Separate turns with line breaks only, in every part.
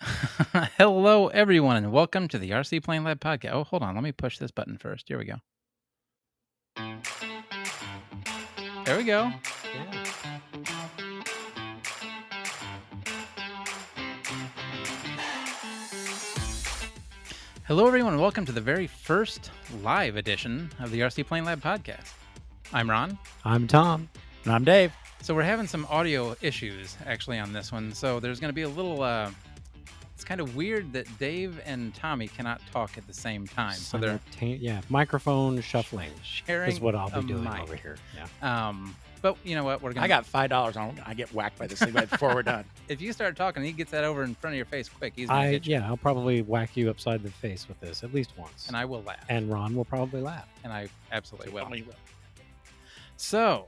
Hello, everyone, and welcome to the RC Plane Lab podcast. Oh, hold on. Let me push this button first. Here we go. There we go. Hello, everyone, and welcome to the very first live edition of the RC Plane Lab podcast. I'm Ron.
I'm Tom. And I'm Dave.
So we're having some audio issues actually on this one. So there's going to be a little. Uh, it's kind of weird that Dave and Tommy cannot talk at the same time. So they're
Simultane- yeah, microphone shuffling
sharing.
is what I'll
a
be doing
mic.
over here. Yeah.
Um, but you know what? We're gonna.
I got five dollars on. I get whacked by this thing right before we're done.
If you start talking, he gets that over in front of your face quick. He's gonna
I
get you,
yeah, I'll probably whack you upside the face with this at least once.
and I will laugh,
And Ron will probably laugh.
and I absolutely will.
Tommy will.
So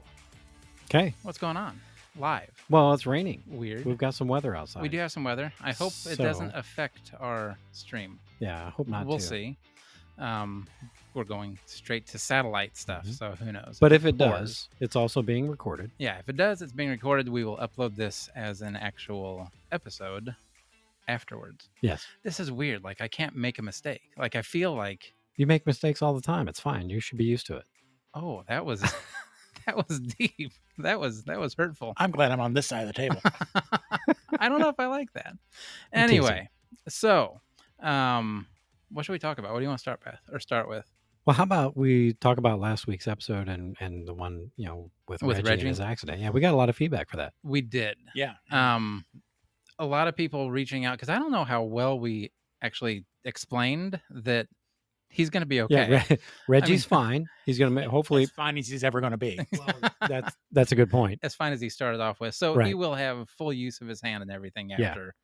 Okay.
what's going on? Live,
Well, it's raining.
weird.
We've got some weather outside.
we do have some weather. I hope it doesn't
So-
affect our stream.
Yeah, I hope not.
we'll
to.
see. Um, we're going straight to satellite stuff,
Mhm.
so who knows?
But if it
Or-
does, it's also being recorded.
yeah, if it does, it's being recorded. We will upload this as an actual episode afterwards.
Yes.
This is weird. Like I can't make a mistake. Like I feel like,
You make mistakes all the time. It's fine. You should be used to it.
oh, that was that was deep. That was that was hurtful.
I'm glad I'm on this side of the table.
I don't know if I like that.
I'm teasing.
Anyway, so um, what should we talk about? What do you want to start with or start with?
Well, how about we talk about last week's episode and and the one, you know, with,
With
Reggie,
Reggie?
and his accident. Yeah, we got a lot of feedback for that.
We did.
Yeah.
um, a lot of people reaching out because I don't know how well we actually explained that he's going to be okay.
Yeah, Re- Reggie's fine. He's going to hopefully
As fine as he's ever going to be.
that's that's a good point.
As fine as he started off with, so he
Right.
will have full use of his hand and everything
Yeah.
after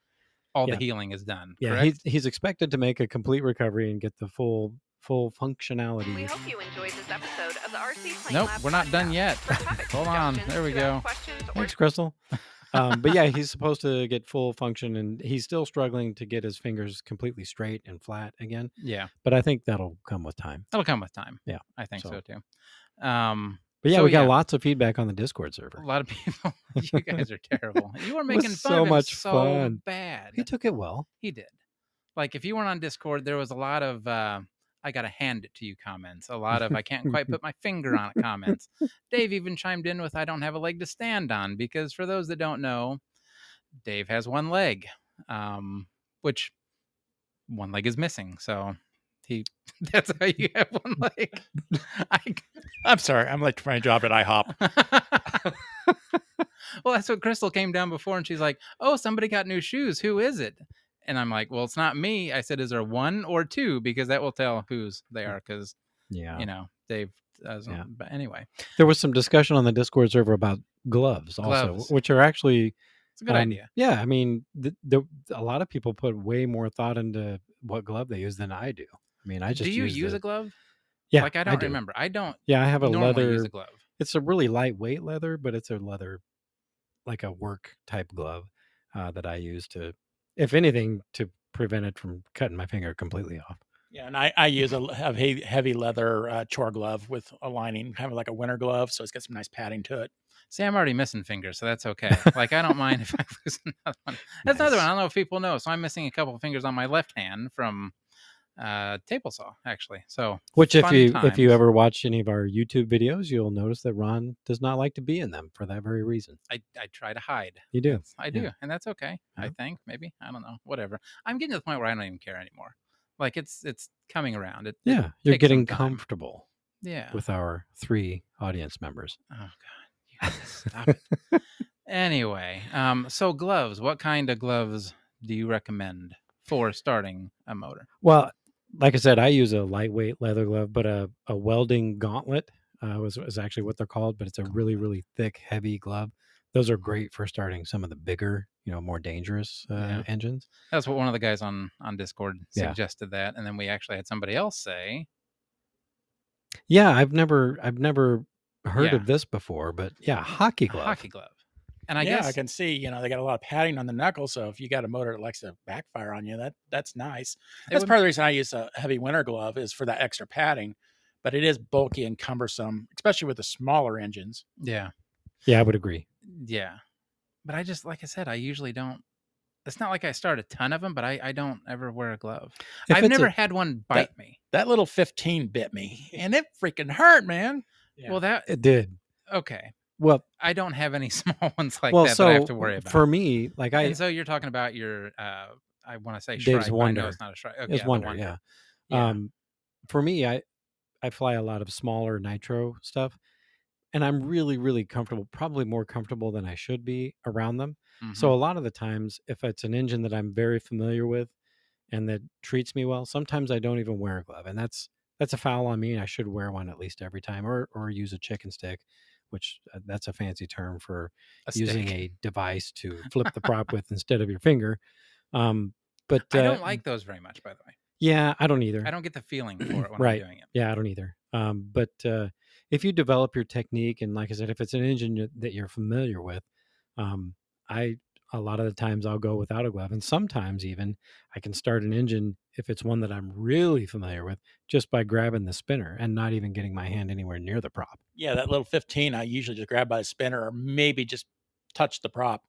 all
Yeah.
the healing is done.
Yeah,
correct?
he's he's expected to make a complete recovery and get the full full functionality.
We hope you enjoyed this episode of the RC Plane
nope,
Lab
we're not done
podcast.
yet.
For topic
Hold on,
suggestions,
there we
to ask
go.
questions or
Thanks, Crystal. Um, but yeah, he's supposed to get full function, and he's still struggling to get his fingers completely straight and flat again.
Yeah,
But I think that'll come with time.
that'll come with time.
Yeah,
I think so,
so.
too. Um,
But yeah,
So,
we got
yeah.
lots of feedback on the Discord server.
a lot of people, you guys are terrible. You are
It was
making fun
so
of him
much
so
fun.
bad.
He took it well.
He did. Like if you weren't on Discord, there was a lot of uh, "I gotta hand it to you" comments. A lot of "I can't quite put my finger on it" comments. Dave even chimed in with "I don't have a leg to stand on" because for those that don't know, Dave has one leg, um, which one leg is missing. So he that's how you have one leg. I,
I'm sorry. I'm late for my job at IHOP.
well, that's what Crystal came down before, and she's like, "Oh, somebody got new shoes. Who is it?" And I'm like, "Well, it's not me." I said, "Is there one or two? Because that will tell whose they are." Because
Mm, Yeah.
you know they've. doesn't-
Yeah.
But anyway,
There was some discussion on the Discord server about gloves also,
Gloves.
which are actually
it's a good
Um,
idea.
Yeah, I mean, the, the, a lot of people put way more thought into what glove they use than I do. I mean, I just
Do you use
the-
a glove?
Yeah,
like I don't
do.
remember. I don't
Yeah, I have a
normally
leather.
use a glove.
It's a really lightweight leather, but it's a leather, like a work type glove uh, that I use to, if anything, to prevent it from cutting my finger completely off.
Yeah, and I, I use a, l- a he- heavy leather uh, chore glove with a lining, kind of like a winter glove, so it's got some nice padding to it.
See, I'm already missing fingers, so that's okay. Like I don't mind if I lose another one. That's another one. I
Nice.
don't know if people know. So I'm missing a couple of fingers on my left hand from uh table saw, actually. So
Which, if
fun
you if you
times.
ever watch any of our YouTube videos, you'll notice that Ron does not like to be in them for that very reason.
I, I try to hide.
You do.
That's- I do, and that's okay. I
Yeah.
think maybe I don't know. Whatever. I'm getting to the point where I don't even care anymore. Like it's it's coming around. It, it-
Yeah,
takes
you're
some
getting
time.
comfortable.
yeah.
with our three audience members.
oh God, you guys, stop it. Anyway, um, so gloves. What kind of gloves do you recommend for starting a motor?
Well, like I said, I use a lightweight leather glove, but a, a welding gauntlet uh, was, was actually what they're called, but it's a really, really thick, heavy glove. Those are great for starting some of the bigger, you know, more dangerous uh,
Yeah.
engines.
That's what one of the guys on on Discord
Yeah.
suggested that, and then we actually had somebody else say,
Yeah, I've never, I've never heard
Yeah.
of this before, but yeah, hockey
a
glove.
hockey glove. And I
yeah,
guess
I can see, you know, they got a lot of padding on the knuckle, so if you got a motor that likes to backfire on you, that that's nice.
it
That's
would-
part of the reason I use a heavy winter glove is for that extra padding, but it is bulky and cumbersome, especially with the smaller engines.
yeah.
Yeah, I would agree.
Yeah. But I just like I said, I usually don't it's not like I start a ton of them, but I, I don't ever wear a glove.
If
I've
it's a-
never had one bite me.
That little 15 bit me and it freaking hurt, man. yeah.
Well, that
it did.
okay.
Well,
I don't have any small ones like
well,
that
so
that I have to worry about.
for me, like I,
and so you're talking about your, uh, I want to say
Dave's
shrike. but I
Wonder.
know it's not a shrike. Okay,
it's
the
wonder, yeah.
Yeah.
Um, for me, I I fly a lot of smaller nitro stuff, and I'm really, really comfortable. Probably more comfortable than I should be around them.
Mhm.
So a lot of the times, if it's an engine that I'm very familiar with and that treats me well, sometimes I don't even wear a glove, and that's that's a foul on me. And I should wear one at least every time, or or use a chicken stick, which uh, that's a fancy term for
A
using
stick.
a device to flip the prop with instead of your finger. Um, but uh,
I don't like those very much, by the way.
Yeah, I don't either.
I don't get the feeling for it when
Right.
I'm doing it.
Yeah, I don't either. Um, but uh, if you develop your technique, and like I said, if it's an engine you- that you're familiar with, um, I a lot of the times I'll go without a glove, and sometimes even I can start an engine if it's one that I'm really familiar with just by grabbing the spinner and not even getting my hand anywhere near the prop.
Yeah, that little 15, I usually just grab by the spinner or maybe just touch the prop.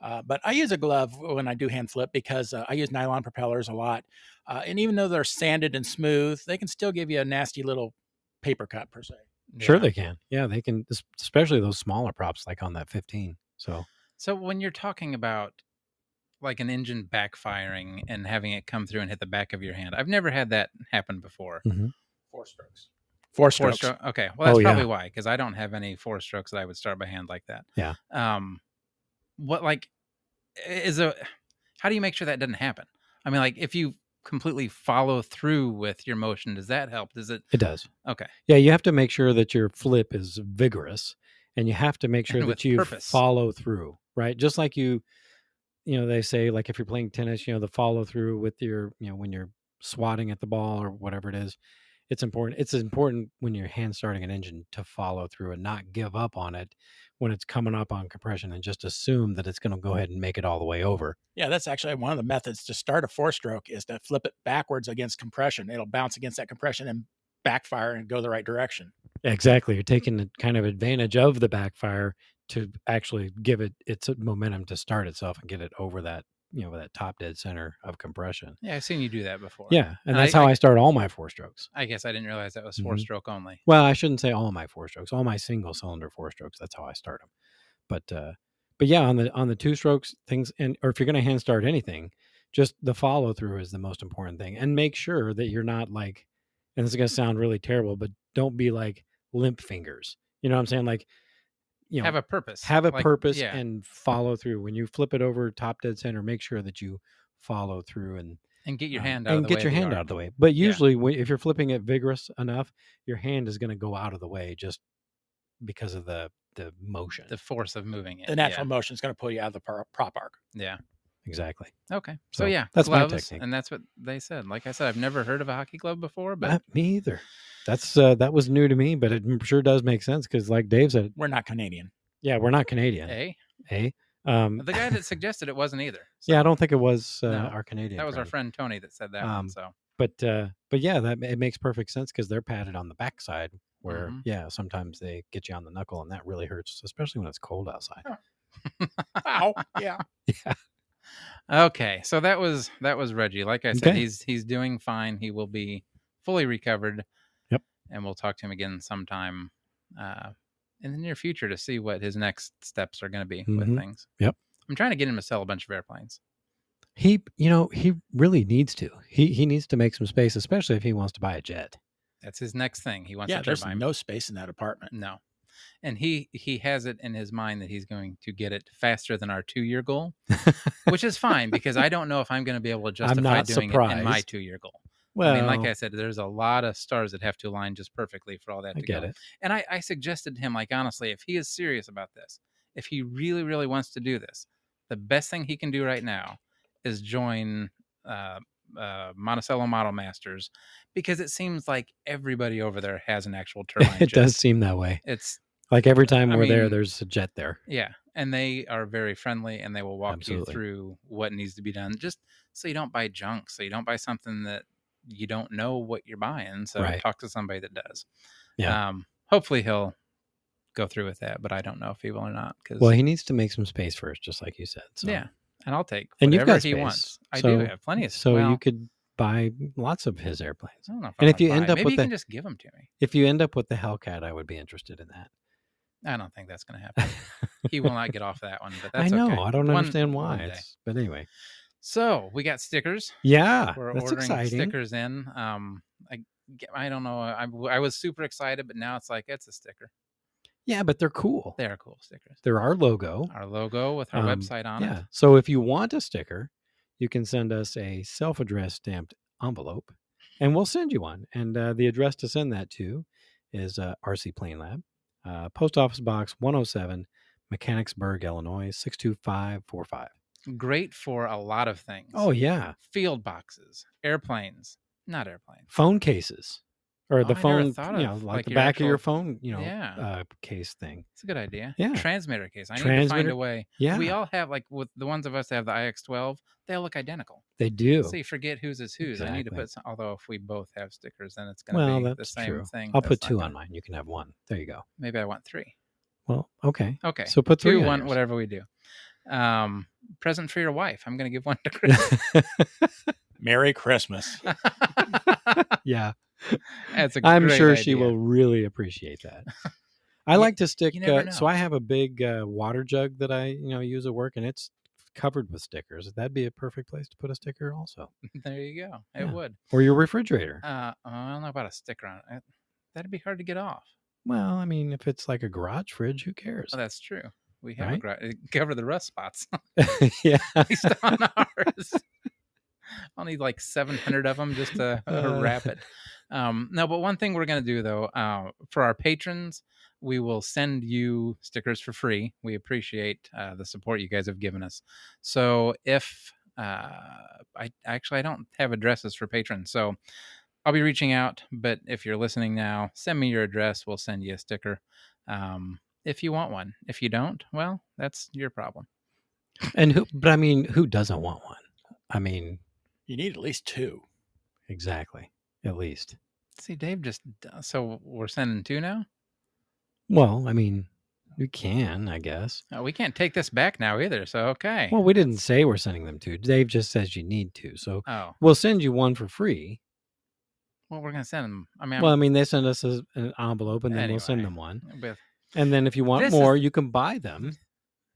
Uh, but I use a glove when I do hand flip because uh, I use nylon propellers a lot. Uh, and even though they're sanded and smooth, they can still give you a nasty little paper cut, per se.
Sure,
Yeah.
they can. Yeah, they can, es- especially those smaller props like on that 15. So
So when you're talking about like an engine backfiring and having it come through and hit the back of your hand, I've never had that happen before.
Four strokes. Four
Four
strokes.
stroke. Okay. Well, that's
Oh, yeah.
probably why, because I don't have any four strokes that I would start by hand like that.
Yeah.
Um, what like i- is a how do you make sure that doesn't happen? I mean, like if you completely follow through with your motion, does that help? Does it?
it does.
Okay.
Yeah, you have to make sure that your flip is vigorous and you have to make sure
And with
that you
purpose.
follow through, right? Just like you, you know, they say, like if you're playing tennis, you know, the follow through with your, you know, when you're swatting at the ball or whatever it is, it's important. It's important when you're hand starting an engine to follow through and not give up on it when it's coming up on compression and just assume that it's going to go ahead and make it all the way over.
Yeah, that's actually one of the methods to start a four stroke is to flip it backwards against compression. It'll bounce against that compression and backfire and go the right direction.
Exactly. You're taking the kind of advantage of the backfire to actually give it its momentum to start itself and get it over that, you know, that top dead center of compression.
Yeah, I've seen you do that before.
Yeah. And
I-
that's how I, start all my four strokes.
I guess I didn't realize that was 4
Mhm.
stroke only.
Well, I shouldn't say all my four strokes, all my single cylinder four strokes. That's how I start them. But, uh, but yeah, on the, on the two strokes things, and, or if you're going to hand start anything, just the follow through is the most important thing and make sure that you're not like, and this is going to sound really terrible, but don't be like limp fingers. You know what I'm saying? Like, you know,
Have a purpose.
have a
like-
purpose
Yeah.
and follow through when you flip it over top dead center make sure that you follow through and
and get your
uh,
hand out of
and
the
get
way
your hand out of the way but
Yeah.
usually when, if you're flipping it vigorous enough your hand is going to go out of the way just because of the the motion
The force of moving it.
The natural motion is going to pull you out of the pro- prop arc.
Yeah.
exactly
yeah. Okay. So,
So,
yeah,
that's my
gloves,
technique.
and that's what they said. Like I said, I've never heard of a hockey glove before, but
Not me either that's uh, that was new to me but it m- sure does make sense because like dave said
We're not Canadian.
yeah we're not canadian eh,
hey,
um
the guy that suggested it wasn't either.
yeah i don't think it was uh,
No,
our canadian
that was our
friend.
friend Tony that said that.
Um,
one, so
but uh but yeah that it makes perfect sense because they're padded on the backside where
Mhm.
yeah sometimes they get you on the knuckle and that really hurts especially when it's cold outside
Ow. Yeah.
okay, so that was that was Reggie. Like I said,
Okay.
he's he's doing fine. He will be fully recovered.
Yep.
And we'll talk to him again sometime uh, in the near future to see what his next steps are going to be with
Mhm.
things.
Yep.
I'm trying to get him to sell a bunch of airplanes.
he you know he really needs to he he needs to make some space especially if he wants to buy a jet
That's his next thing. He wants
yeah,
a
there's
turbine.
no space in that apartment.
No. And he he has it in his mind that he's going to get it faster than our two year goal, which is fine because I don't know if I'm going to be able to
I'm
justify
not
doing it in my
surprised.
two year goal.
well
I mean, like I said, there's a lot of stars that have to align just perfectly for all that to
I get
go.
it
And I, I suggested him, like honestly, if he is serious about this, if he really really wants to do this, the best thing he can do right now is join uh, uh, Monticello Model Masters because it seems like everybody over there has an actual turbine.
it
jet.
does seem that way
It's
like every time
I
we're there
mean-
there's a jet there
yeah, and they are very friendly, and they will walk
Absolutely.
you through what needs to be done, just so you don't buy junk, so you don't buy something that you don't know what you're buying. So
Right.
talk to somebody that does.
Yeah.
Um, hopefully he'll go through with that, but I don't know if he will or not. Because
well he needs to make some space first just like you said so
yeah, and I'll take
And you've
whatever
got
he
space,
wants. I
so-
do have plenty of.
So
well,
you could buy lots of his airplanes.
I don't know if
and
I
if
wanna
you end
buy 'em.
up
maybe
with
you
the-
can just give them to me.
If you end up with the Hellcat, I would be interested in that.
I don't think that's going to happen. he will not get off that one. But
I
that's
know.
okay.
I don't
One-
understand why.
one day.
It's- but anyway,
So we got stickers.
yeah,
We're
Ah, that's
ordering
exciting.
stickers in. Um, I, g- I don't know. I, w- I was super excited, but now it's like it's a sticker.
Yeah, but they're cool.
They are cool stickers.
They're our logo.
Our logo with our
Um,
website on
Yeah.
it.
So if you want a sticker, you can send us a self-addressed stamped envelope, and we'll send you one. And uh, the address to send that to is uh, RC Plane Lab, uh, Post Office Box 107, Mechanicsburg, Illinois 62545.
Great for a lot of things.
Oh yeah,
field boxes, airplanes, not airplanes.
phone cases or
Oh,
the
I never
phone,
thought
you know,
of,
like,
like
the
your
back of your
actual-
phone, you know,
Yeah.
uh, case thing.
It's a good idea.
Yeah.
Transmitter case. I need to find
Transmitter-
a way.
Yeah,
We all have like with the ones of us that have the IX12, they all look identical.
they do.
So you forget whose is whose. I need to
Exactly.
put some, although if we both have stickers, then it's going to
Well,
be the
that's
same
true.
thing.
I'll
That's
put
not
two
gonna-
on mine. You can have one. There you go.
Maybe I want three.
Well, okay.
Okay.
So put three
two,
on
one,
yours.
whatever we do. Um, present for your wife. I'm going to give one to Chris.
Merry Christmas.
yeah.
That's a
I'm
great
sure she
idea.
will really appreciate that. I
You-
like to stick.
never
Uh, so
know.
I have a big uh, water jug that I you know use at work, and it's covered with stickers. That'd be a perfect place to put a sticker, also,
There you go. It
Yeah.
would.
or your refrigerator.
Uh, I don't know about a sticker on it. That'd be hard to get off.
well, I mean, if it's like a garage fridge, who cares?
Oh, that's true. We have a
Right?
gra- it cover the rust spots at
yeah,
least on ours. I'll need like 700 of them just to
Uh.
wrap it. Um, no, but one thing we're going to do though, uh, for our patrons, we will send you stickers for free. We appreciate uh, the support you guys have given us. So if uh, I actually I don't have addresses for patrons, so I'll be reaching out. But if you're listening now, send me your address. We'll send you a sticker um, if you want one. If you don't, well, that's your problem.
and who? But I mean, who doesn't want one? I mean,
You need at least two.
exactly. At least.
See, Dave just d- so we're sending two now.
Well, I mean, you can, I guess.
Uh, we can't take this back now either. So okay.
Well, we didn't say we're sending them to. Dave just says you need to. So
oh,
we'll send you one for free.
well, we're gonna send them. I mean, I'm-
Well, I mean, they send us a, an envelope and then we'll send
Anyway.
them one.
with
And then if you want
This is-
more, you can buy them.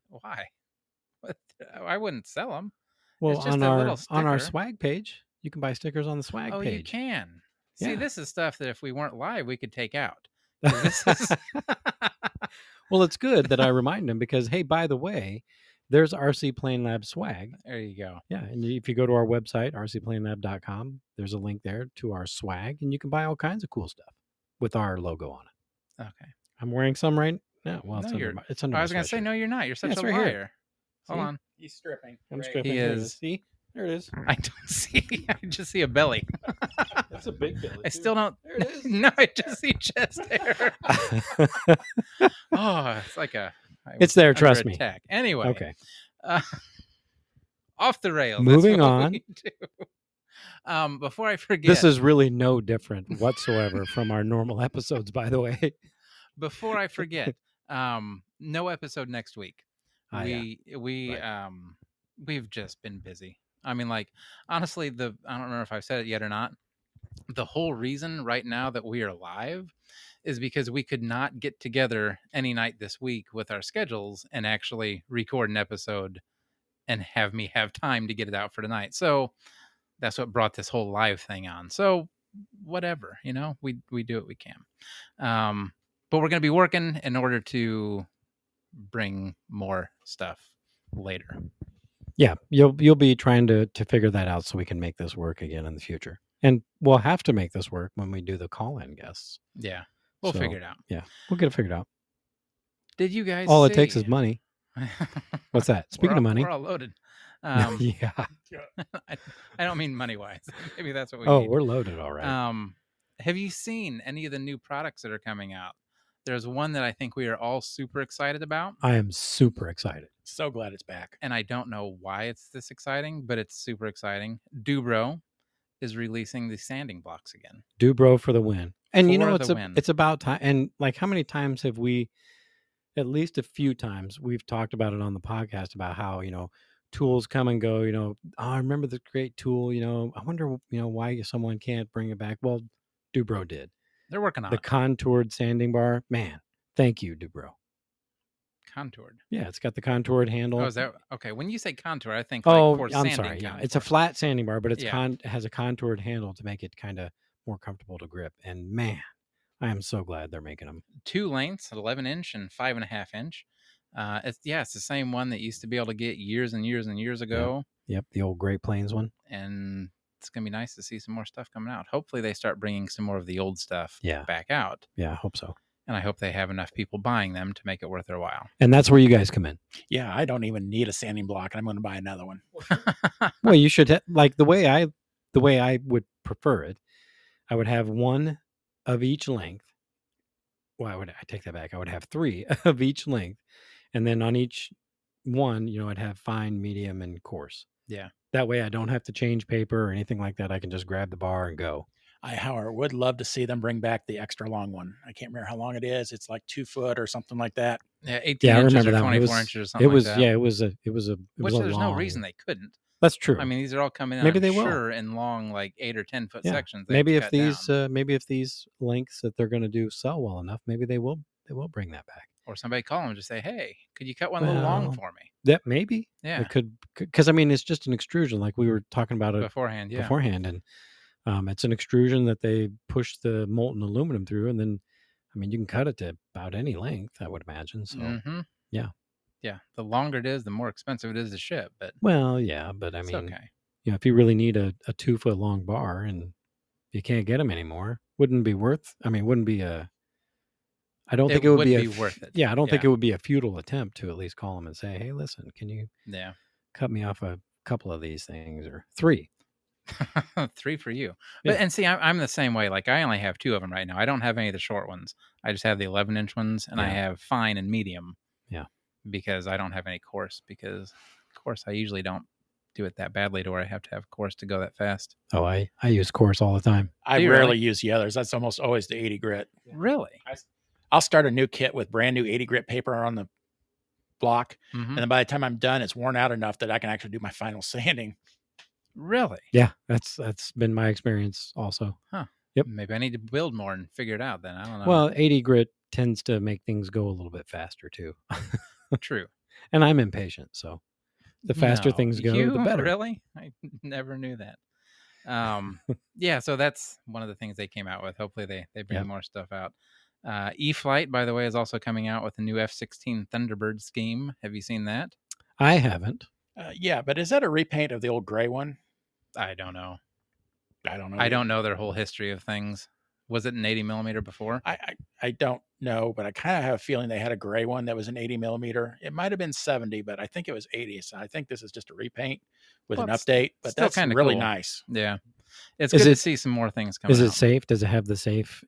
why? What the- I wouldn't sell them.
Well,
just
on
a
our
little
on our
sticker.
swag page, you can buy stickers on the swag
Oh,
page.
you can. See,
Yeah.
this is stuff that if we weren't live, we could take out. 'Cause This is
well, it's good that I remind them because hey, by the way, there's RC Plane Lab swag.
there you go.
Yeah, and if you go to our website rcplanelab.com, there's a link there to our swag, and you can buy all kinds of cool stuff with our logo on it.
Okay.
I'm wearing some right now. Well,
No,
it's under
you're-
my, it's under
I
my
was gonna say,
sweatshirt.
no, you're not. You're such
it's
a
right here.
liar. Hold
See?
on.
He's stripping.
I'm
Great.
stripping.
He
Here it
is.
See, there it is.
I don't see. I just see a belly.
That's a big bill.
I still don't.
There it is.
No, I just see chest hair. oh, it's like a. I
it's there.
under
Trust me.
Attack. Anyway.
Okay.
uh, off the rails.
Moving
what
on.
we do. Um, before I forget,
This is really no different whatsoever from our normal episodes, by the way.
before I forget. um, no episode next week.
Ah, yeah.
we we
Right.
um we've just been busy. I mean, like honestly, the I don't remember if I've said it yet or not. The whole reason right now that we are live is because we could not get together any night this week with our schedules and actually record an episode and have me have time to get it out for tonight. So that's what brought this whole live thing on. So whatever, you know, we we do what we can. Um but we're going to be working in order to bring more stuff later.
Yeah, you'll you'll be trying to to figure that out so we can make this work again in the future, and we'll have to make this work when we do the call-in guests.
Yeah. We'll
So,
figure it out.
We'll get it figured out.
Did you guys
All it takes
see-
is money. What's that?
We're
Speaking
all-
of money,
We're all loaded. Um,
yeah.
I, I don't mean money wise. Maybe that's what we
Oh,
mean.
we're loaded, all right.
Um, have you seen any of the new products that are coming out? There's one that I think we are all super excited about,
I am super excited.
So glad it's back.
and I don't know why it's this exciting, but it's super exciting. Dubro is releasing the sanding blocks again.
Dubro for the win. And you know
For
it's
the
a,
win.
it's about time. And like how many times have we, at least a few times, we've talked about it on the podcast about how you know tools come and go. You know, "Oh, I remember the great tool. You know, I wonder, you know, why someone can't bring it back. Well, Dubrow did.
They're working on
The
it.
contoured sanding bar, man, thank you, Dubrow.
contoured.
Yeah, it's got the contoured handle.
Oh, is that okay? When you say contour, I think
Oh,
like for
I'm
sanding
sorry. Yeah, it's a
contour.
flat sanding bar, but it's
Yeah.
con it has a contoured handle to make it kind of more comfortable to grip. And man, I am so glad they're making them.
two lengths, 11 inch and five and a half inch. Uh, it's yeah, it's the same one that used to be able to get years and years and years ago,
Yep, the old Great Plains one.
and it's gonna be nice to see some more stuff coming out. Hopefully, they start bringing some more of the old stuff
Yeah.
back out,
Yeah, I hope so.
and I hope they have enough people buying them to make it worth their while.
And that's where you guys come in.
Yeah, I don't even need a sanding block. I'm going to buy another one.
Well, you should ha- like the way I the way I would prefer it. I would have one of each length. Well, I would I take that back. I would have three of each length, and then on each one, you know, I'd have fine, medium, and coarse.
Yeah.
That way, I don't have to change paper or anything like that. I can just grab the bar and go.
I, however, would love to see them bring back the extra long one. I can't remember how long it is. It's like two foot or something like that.
Yeah, 18
Yeah, I
inches
remember
or
that one. It
24
was-
inches or
it
something.
was
like that,
yeah. It was a it was a it
Which
was a
there's no
long-
reason they couldn't.
That's true.
I mean, these are all coming out.
Maybe
I'm
they will.
sure in long, like eight or ten foot
Yeah.
sections. they have
maybe
to
if
cut down.
these uh, maybe if these lengths that they're going to do sell well enough, maybe they will they will bring that back.
or somebody call them and just say, "Hey, could you cut one little long
Well,
for me?"
That maybe
Yeah,
it could because I mean it's just an extrusion like we were talking about it
beforehand. Yeah,
beforehand and um, it's an extrusion that they push the molten aluminum through and then I mean you can cut it to about any length I would imagine so
Mhm.
yeah.
yeah. The longer it is, the more expensive it is to ship. But
well yeah but I
it's
mean
okay.
you know if you really need a, a two foot long bar and you can't get them anymore wouldn't be worth I mean wouldn't be a I don't
It
think it would,
would
be, a
be
f-
worth it.
yeah I don't think
Yeah.
it would be a futile attempt to at least call them and say hey listen can you
Yeah,
cut me off a couple of these things or three
three for you.
Yeah.
But and see, I'm, I'm the same way. Like I only have two of them right now. I don't have any of the short ones. I just have the 11 inch ones, and I
Yeah.
have fine and medium.
Yeah.
because I don't have any coarse. Because coarse, I usually don't do it that badly to where I have to have coarse to go that fast.
oh I I use coarse all the time.
I
Do you
rarely
really?
use the others. That's almost always the 80 grit.
Really?
I'll start a new kit with brand new 80 grit paper on the block.
hmm
And then by the time I'm done, it's worn out enough that I can actually do my final sanding.
Really?
Yeah, that's that's been my experience also. Yep.
Maybe I need to build more and figure it out. Then I don't know.
Well, 80 grit tends to make things go a little bit faster too.
true.
And I'm impatient, so the faster
No,
things go,
you?
the better.
Really? I never knew that. Um, yeah, so that's one of the things they came out with. Hopefully they they bring
Yep.
more stuff out. Uh, E Flight, by the way, is also coming out with a new F sixteen Thunderbird scheme. Have you seen that?
I haven't.
Uh, yeah, but is that a repaint of the old gray one?
I don't know.
I don't know.
I don't know their whole history of things. Was it an eighty millimeter before?
I, I, I don't know, but I kind of have a feeling they had a gray one that was an 80 millimeter. It might have been 70, but I think it was 80. So I think this is just a repaint with
Well,
an
it's
update, but
still
that's
kinda
really
cool.
nice.
Yeah, it's
Is
good
it-
to see some more things coming.
Is it
out.
safe? Does it have the safe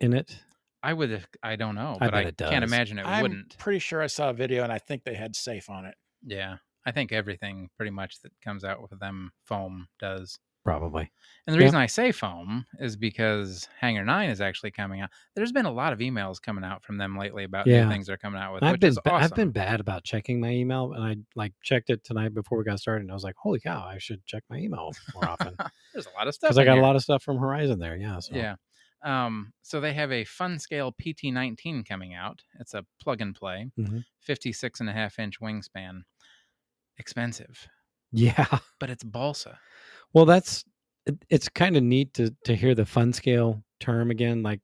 in it?
I would. I don't know,
I
but I,
bet it
can't
does.
imagine it
I'm
wouldn't.
pretty sure I saw a video and I think they had safe on it.
Yeah, I think everything pretty much that comes out with them foam does.
Probably.
And the
Yeah.
reason I say foam is because Hanger Nine is actually coming out. There's been a lot of emails coming out from them lately about
Yeah.
new things they're coming out with.
I've
which
been
is
ba-
awesome.
I've been bad about checking my email and I like checked it tonight before we got started and I was like, "Holy cow, I should check my email more often."
There's a lot of stuff.
Cuz I
in
got
here.
a lot of stuff from Horizon there. Yeah, so
Yeah. Um, so they have a fun scale PT19 coming out. It's a plug and play,
Mhm.
56 and a half inch wingspan. Expensive,
Yeah.
but it's balsa.
Well, that's it, it's kind of neat to to hear the fun scale term again like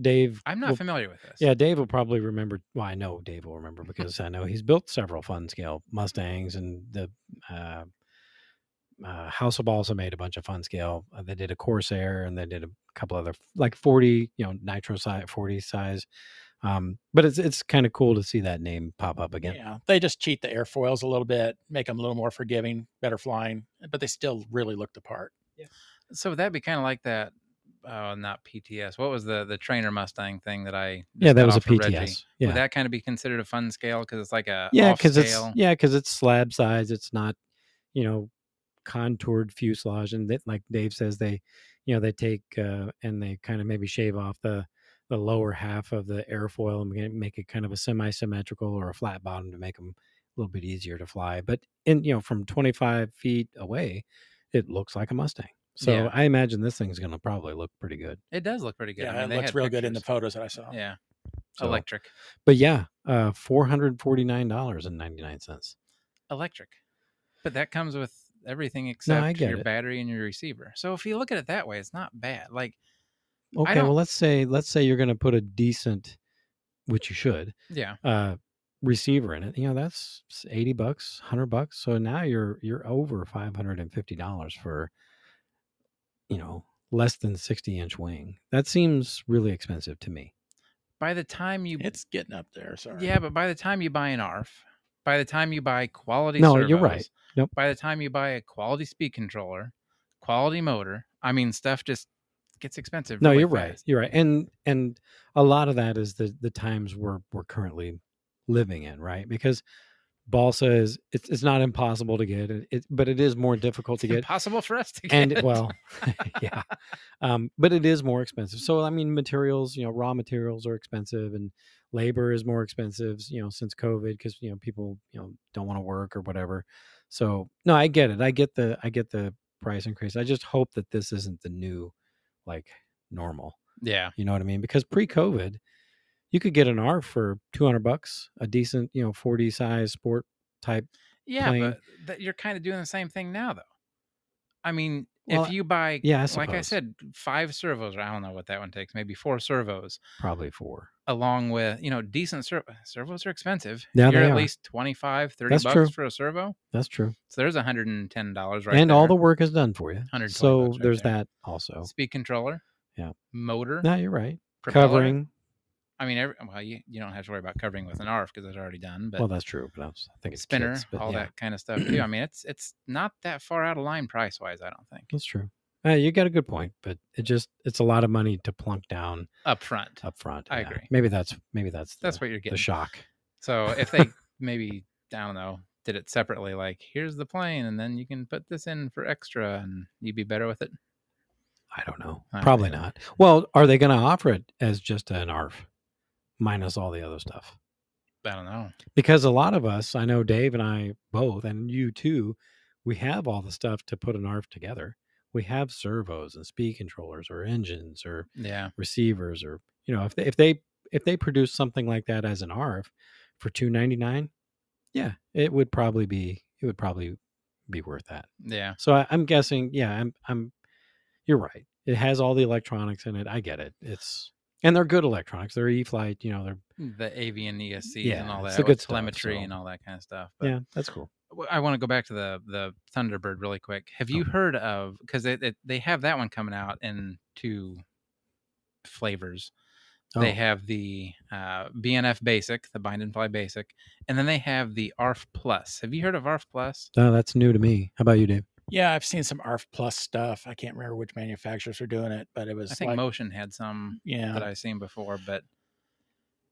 Dave
I'm not
will-
familiar with this.
Yeah, Dave will probably remember. Well, I know Dave will remember because I know he's built several fun scale Mustangs and the uh, uh, House of Balsa made a bunch of fun scale. Uh, they did a Corsair and they did a couple other like forty, you know, nitro size, forty size. Um, but it's it's kind of cool to see that name pop up
Yeah.
again.
They just cheat the airfoils a little bit, make them a little more forgiving, better flying, but they still really looked the part.
So would that be kind of like that? Oh, not PTS. What was the the trainer Mustang thing that I? just
Yeah, that
got
was a
off of Reggie?
PTS. Yeah,
Would that kind of be considered a fun scale because it's like a
yeah,
off
because it's
scale?
yeah, because it's slab size. It's not, you know, contoured fuselage, and that, like Dave says, they, you know, they take uh, and they kind of maybe shave off the the lower half of the airfoil and ma- make it kind of a semi symmetrical or a flat bottom to make them little bit easier to fly. But in you know from 25 feet away, it looks like a Mustang. So
Yeah.
I imagine this thing's going to probably look pretty good.
It does look pretty good.
Yeah,
I mean, they
it looks
had
real good in the uh,
pictures.
photos that I saw.
Yeah,
So-
electric,
But yeah, uh, four hundred forty nine dollars and ninety nine cents.
electric. But that comes with everything except
get
your
it.
battery and your receiver. So if you look at it that way, it's not bad. Like,
Okay,
don't-
well let's say let's say you're going to put a decent, which you should,
yeah,
uh, receiver in it. You know that's eighty bucks, hundred bucks. So now you're you're over five hundred and fifty dollars for, you know, less than sixty inch wing. That seems really expensive to me.
by the time you
It's getting up there. Sorry.
Yeah, but by the time you buy an ARF, by the time you buy quality
No, you're right.
servos,
Nope.
By the time you buy a quality speed controller, quality motor, I mean stuff just gets expensive.
No,
really
you're right.
fast.
You're right. And and a lot of that is the the times we're we're currently living in, right? Because balsa is it's it's not impossible to get it, it but it is more difficult to
It's
get
impossible for us to get.
and well yeah um but it is more expensive so i mean materials you know raw materials are expensive and labor is more expensive you know since covid because you know people you know don't want to work or whatever so no i get it i get the i get the price increase i just hope that this isn't the new like normal
yeah,
you know what i mean because pre-covid you could get an r for 200 bucks a decent you know 40 size sport type
yeah,
Plain.
but that you're kind of doing the same thing now, though. I mean,
Well,
if you buy,
yeah I
like I
suppose.
said, five servos, or I don't know what that one takes, maybe four servos,
probably four
along with you know decent servo. Servos are expensive.
Yeah,
you're
they
at
are.
least 25 30
That's
bucks
true.
for a servo.
that's true
So there's 110 dollars right
and all
there.
the work is done for you.
120 bucks
So
right
there's
there.
that also.
speed controller,
Yeah.
motor,
No, you're right.
propeller.
Covering.
I mean, every, well, you, you don't have to worry about covering with an ARF because it's already done. But
Well, that's true. But I, was, I think it's
spinner,
kids, but
all
yeah,
that kind of stuff too. I mean, it's it's not that far out of line price wise. I don't think
That's true. Uh, you got a good point, but it just it's a lot of money to plunk down
up front.
up front.
I
yeah.
agree.
Maybe that's maybe that's
That's
the,
what you're
the
getting.
shock.
so if they maybe I don't know did it separately, like here's the plane, and then you can put this in for extra, and you'd be better with it.
I don't know.
I don't
Probably
either.
not. Well, are they going to offer it as just an ARF minus all the other stuff?
I don't know.
because a lot of us i know dave and i both and you too we have all the stuff to put an arf together we have servos and speed controllers or engines or
Yeah,
receivers or you know if they if they if they produce something like that as an arf for 299 yeah it would probably be it would probably be worth that
yeah.
so I, i'm guessing yeah i'm i'm you're right it has all the electronics in it i get it it's and they're good electronics they're e-flight you know they're
The AV and ESCs and
Yeah,
all
it's
that,
the
with
good stuff,
telemetry
so-
and all that kind of stuff. But
yeah that's cool
w- I want to go back to the the Thunderbird really quick. Have you
Okay.
heard of because they, they they have that one coming out in two flavors. They
Oh.
have the uh, BNF Basic, the Bind and Fly Basic, and then they have the ARF Plus. Have you heard of ARF Plus?
No, that's new to me. How about you, Dave?
Yeah, I've seen some ARF Plus stuff. I can't remember which manufacturers are doing it, but it was
I think
like,
Motion had some
yeah,
that I've seen before, but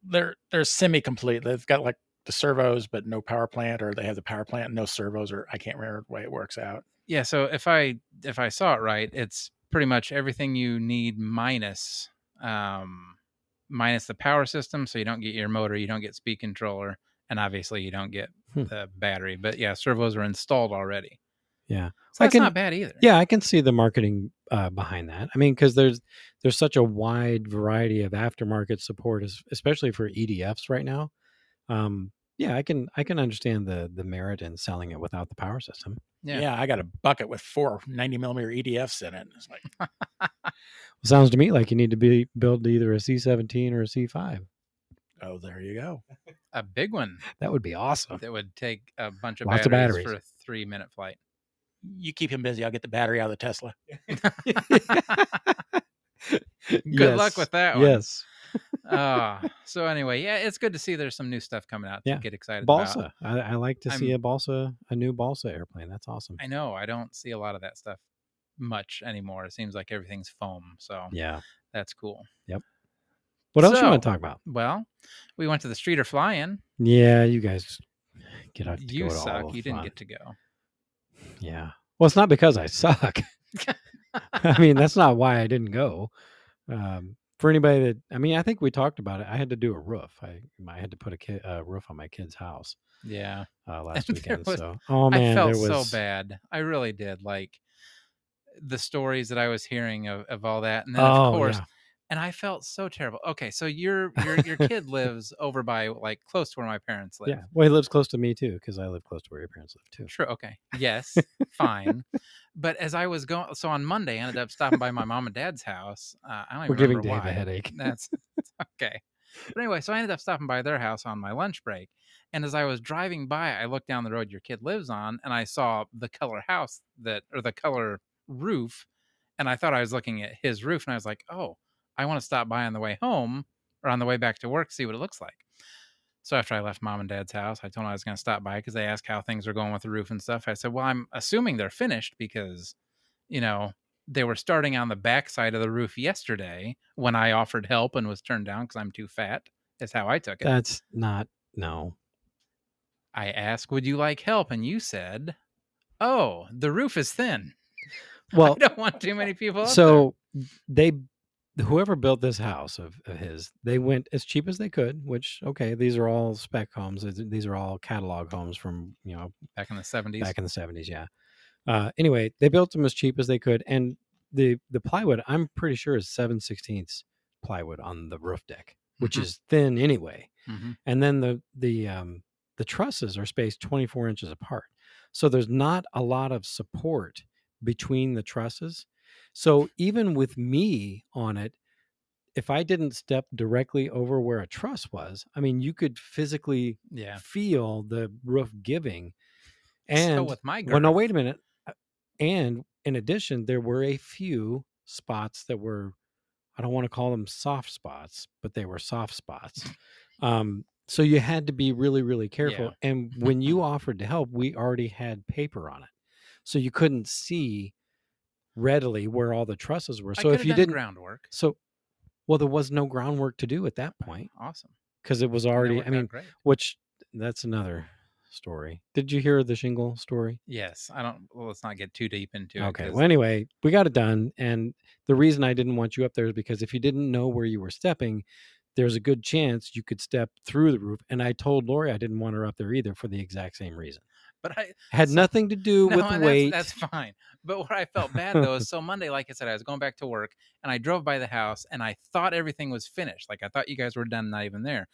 they're they're semi-complete. They've got like the servos, but no power plant, or they have the power plant, and no servos, or I can't remember the way it works out.
yeah. So if I if I saw it right, it's pretty much everything you need minus um, minus the power system. So you don't get your motor, you don't get speed controller, and obviously you don't get
Hmm.
the battery. But yeah, servos are installed already.
Yeah.
so
I
that's
can-
not bad either.
Yeah, I can see the marketing uh, behind that. I mean, because there's there's such a wide variety of aftermarket support, es- especially for EDFs right now. Um, yeah, I can I can understand the the merit in selling it without the power system.
Yeah.
Yeah. I got a bucket with four 90 millimeter EDFs in it. It's like,
Sounds to me like you need to be build either a C17 or a C5.
oh, there you go.
a big one
That would be awesome.
that would take a bunch of
Uh, Lots
batteries,
of
for
batteries.
a three minute flight.
You keep him busy. I'll get the battery out of the Tesla.
Good
Good luck with that one.
Yes,
Ah, so anyway, yeah, it's good to see there's some new stuff coming out.
Yeah.
To get excited about.
balsa. I, I like to see
I'm-
a balsa, a new balsa airplane. That's awesome.
I know I don't see a lot of that stuff much anymore. It seems like everything's foam, so
Yeah.
that's cool.
What else you want to
So-
talk about?
Well, we went to the street or flying.
Yeah, you guys get out. To
You
go to all
suck.
the
You didn't
fun.
get to go.
Yeah. Well, it's not because I suck. I mean, that's not why I didn't go. Um, for anybody that I mean, I think we talked about it. I had to do a roof. I I had to put a ki- uh, roof on my kid's house
Yeah.
uh, last
there
weekend.
was-
so oh man,
I felt
there was
so bad. I really did. Like the stories that I was hearing of, of all that. And then
oh
of course
yeah.
and I felt so terrible. Okay, so your your your kid lives over by like close to where my parents live.
yeah. Well, he lives close to me too because I live close to where your parents live too.
Sure. Okay. Yes. fine. But as I was going, so on Monday, I ended up stopping by my mom and dad's house. Uh, I don't even
We're giving
remember
Dave
why.
a headache.
That's it's okay. But anyway, so I ended up stopping by their house on my lunch break. And as I was driving by, I looked down the road your kid lives on and I saw the color house that, or the color roof. And I thought I was looking at his roof and I was like, oh, I want to stop by on the way home or on the way back to work, see what it looks like. So after I left mom and dad's house, I told them I was going to stop by because they asked how things were going with the roof and stuff. I said, well, I'm assuming they're finished because, you know, they were starting on the back side of the roof yesterday when I offered help and was turned down because I'm too fat, is how I took it.
That's not no.
I asked, would you like help? And you said, oh, the roof is thin.
Well,
I don't want too many people. Up there."
so they whoever built this house of, of his they went as cheap as they could which okay these are all spec homes these- these are all catalog homes from you know
back in the 70s.
back in the 70s yeah uh anyway they built them as cheap as they could and the the plywood i'm pretty sure is 7 16ths plywood on the roof deck which
Mhm.
is thin anyway
Mhm.
and then the the um the trusses are spaced 24 inches apart so there's not a lot of support between the trusses so even with me on it if i didn't step directly over where a truss was i mean you could physically
Yeah.
feel the roof giving
so
and
with my
well no
girth-
wait a minute Uh, and in addition there were a few spots that were i don't want to call them soft spots but they were soft spots um so you had to be really really careful and when you offered to help we already had paper on it so you couldn't see readily where all the trusses were
I
so
could
if
have
you
done
didn't
groundwork.
so well there was no groundwork to do at that point
Awesome.
because it was
And that
already i
worked out
mean
great.
which that's another story. Did you hear the shingle story?
Yes, I don't. Well, let's not get too deep into it.
okay.
'cause-
Well, anyway, we got it done. And the reason I didn't want you up there is because if you didn't know where you were stepping, there's a good chance you could step through the roof. And I told Lori I didn't want her up there either for the exact same reason.
but I
Had
So-
nothing to do
no,
with
and
weight.
That's, that's fine. But where I felt bad though is so Monday, like I said, I was going back to work and I drove by the house and I thought everything was finished. Like I thought you guys were done, not even there.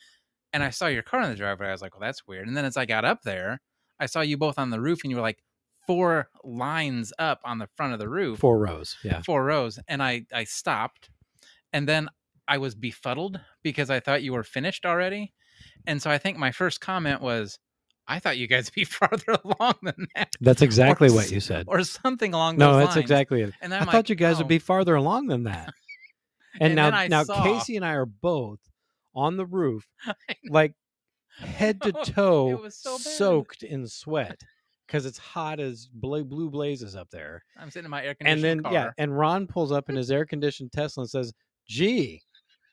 And I saw your car in the driveway. I was like, well, that's weird. And then as I got up there, I saw you both on the roof and you were like four lines up on the front of the roof.
Four rows. Yeah.
four rows and I I stopped and then I was befuddled because I thought you were finished already. And so I think my first comment was I thought you guys would be farther along than that
That's exactly what
s-
you said.
or something along
No,
those
that's
lines.
exactly it.
And
I
I'm like,
thought you guys
"Oh."
would be farther along than that. And,
And
now,
then I
now
saw-
Casey and I are both on the roof,
know.
like head to
know. It
toe,
was so bad.
soaked in sweat because it's hot as bla- blue blazes up there.
I'm sitting in my air
And
conditioned
then,
car.
yeah, and Ron pulls up in his air conditioned Tesla and says, Gee,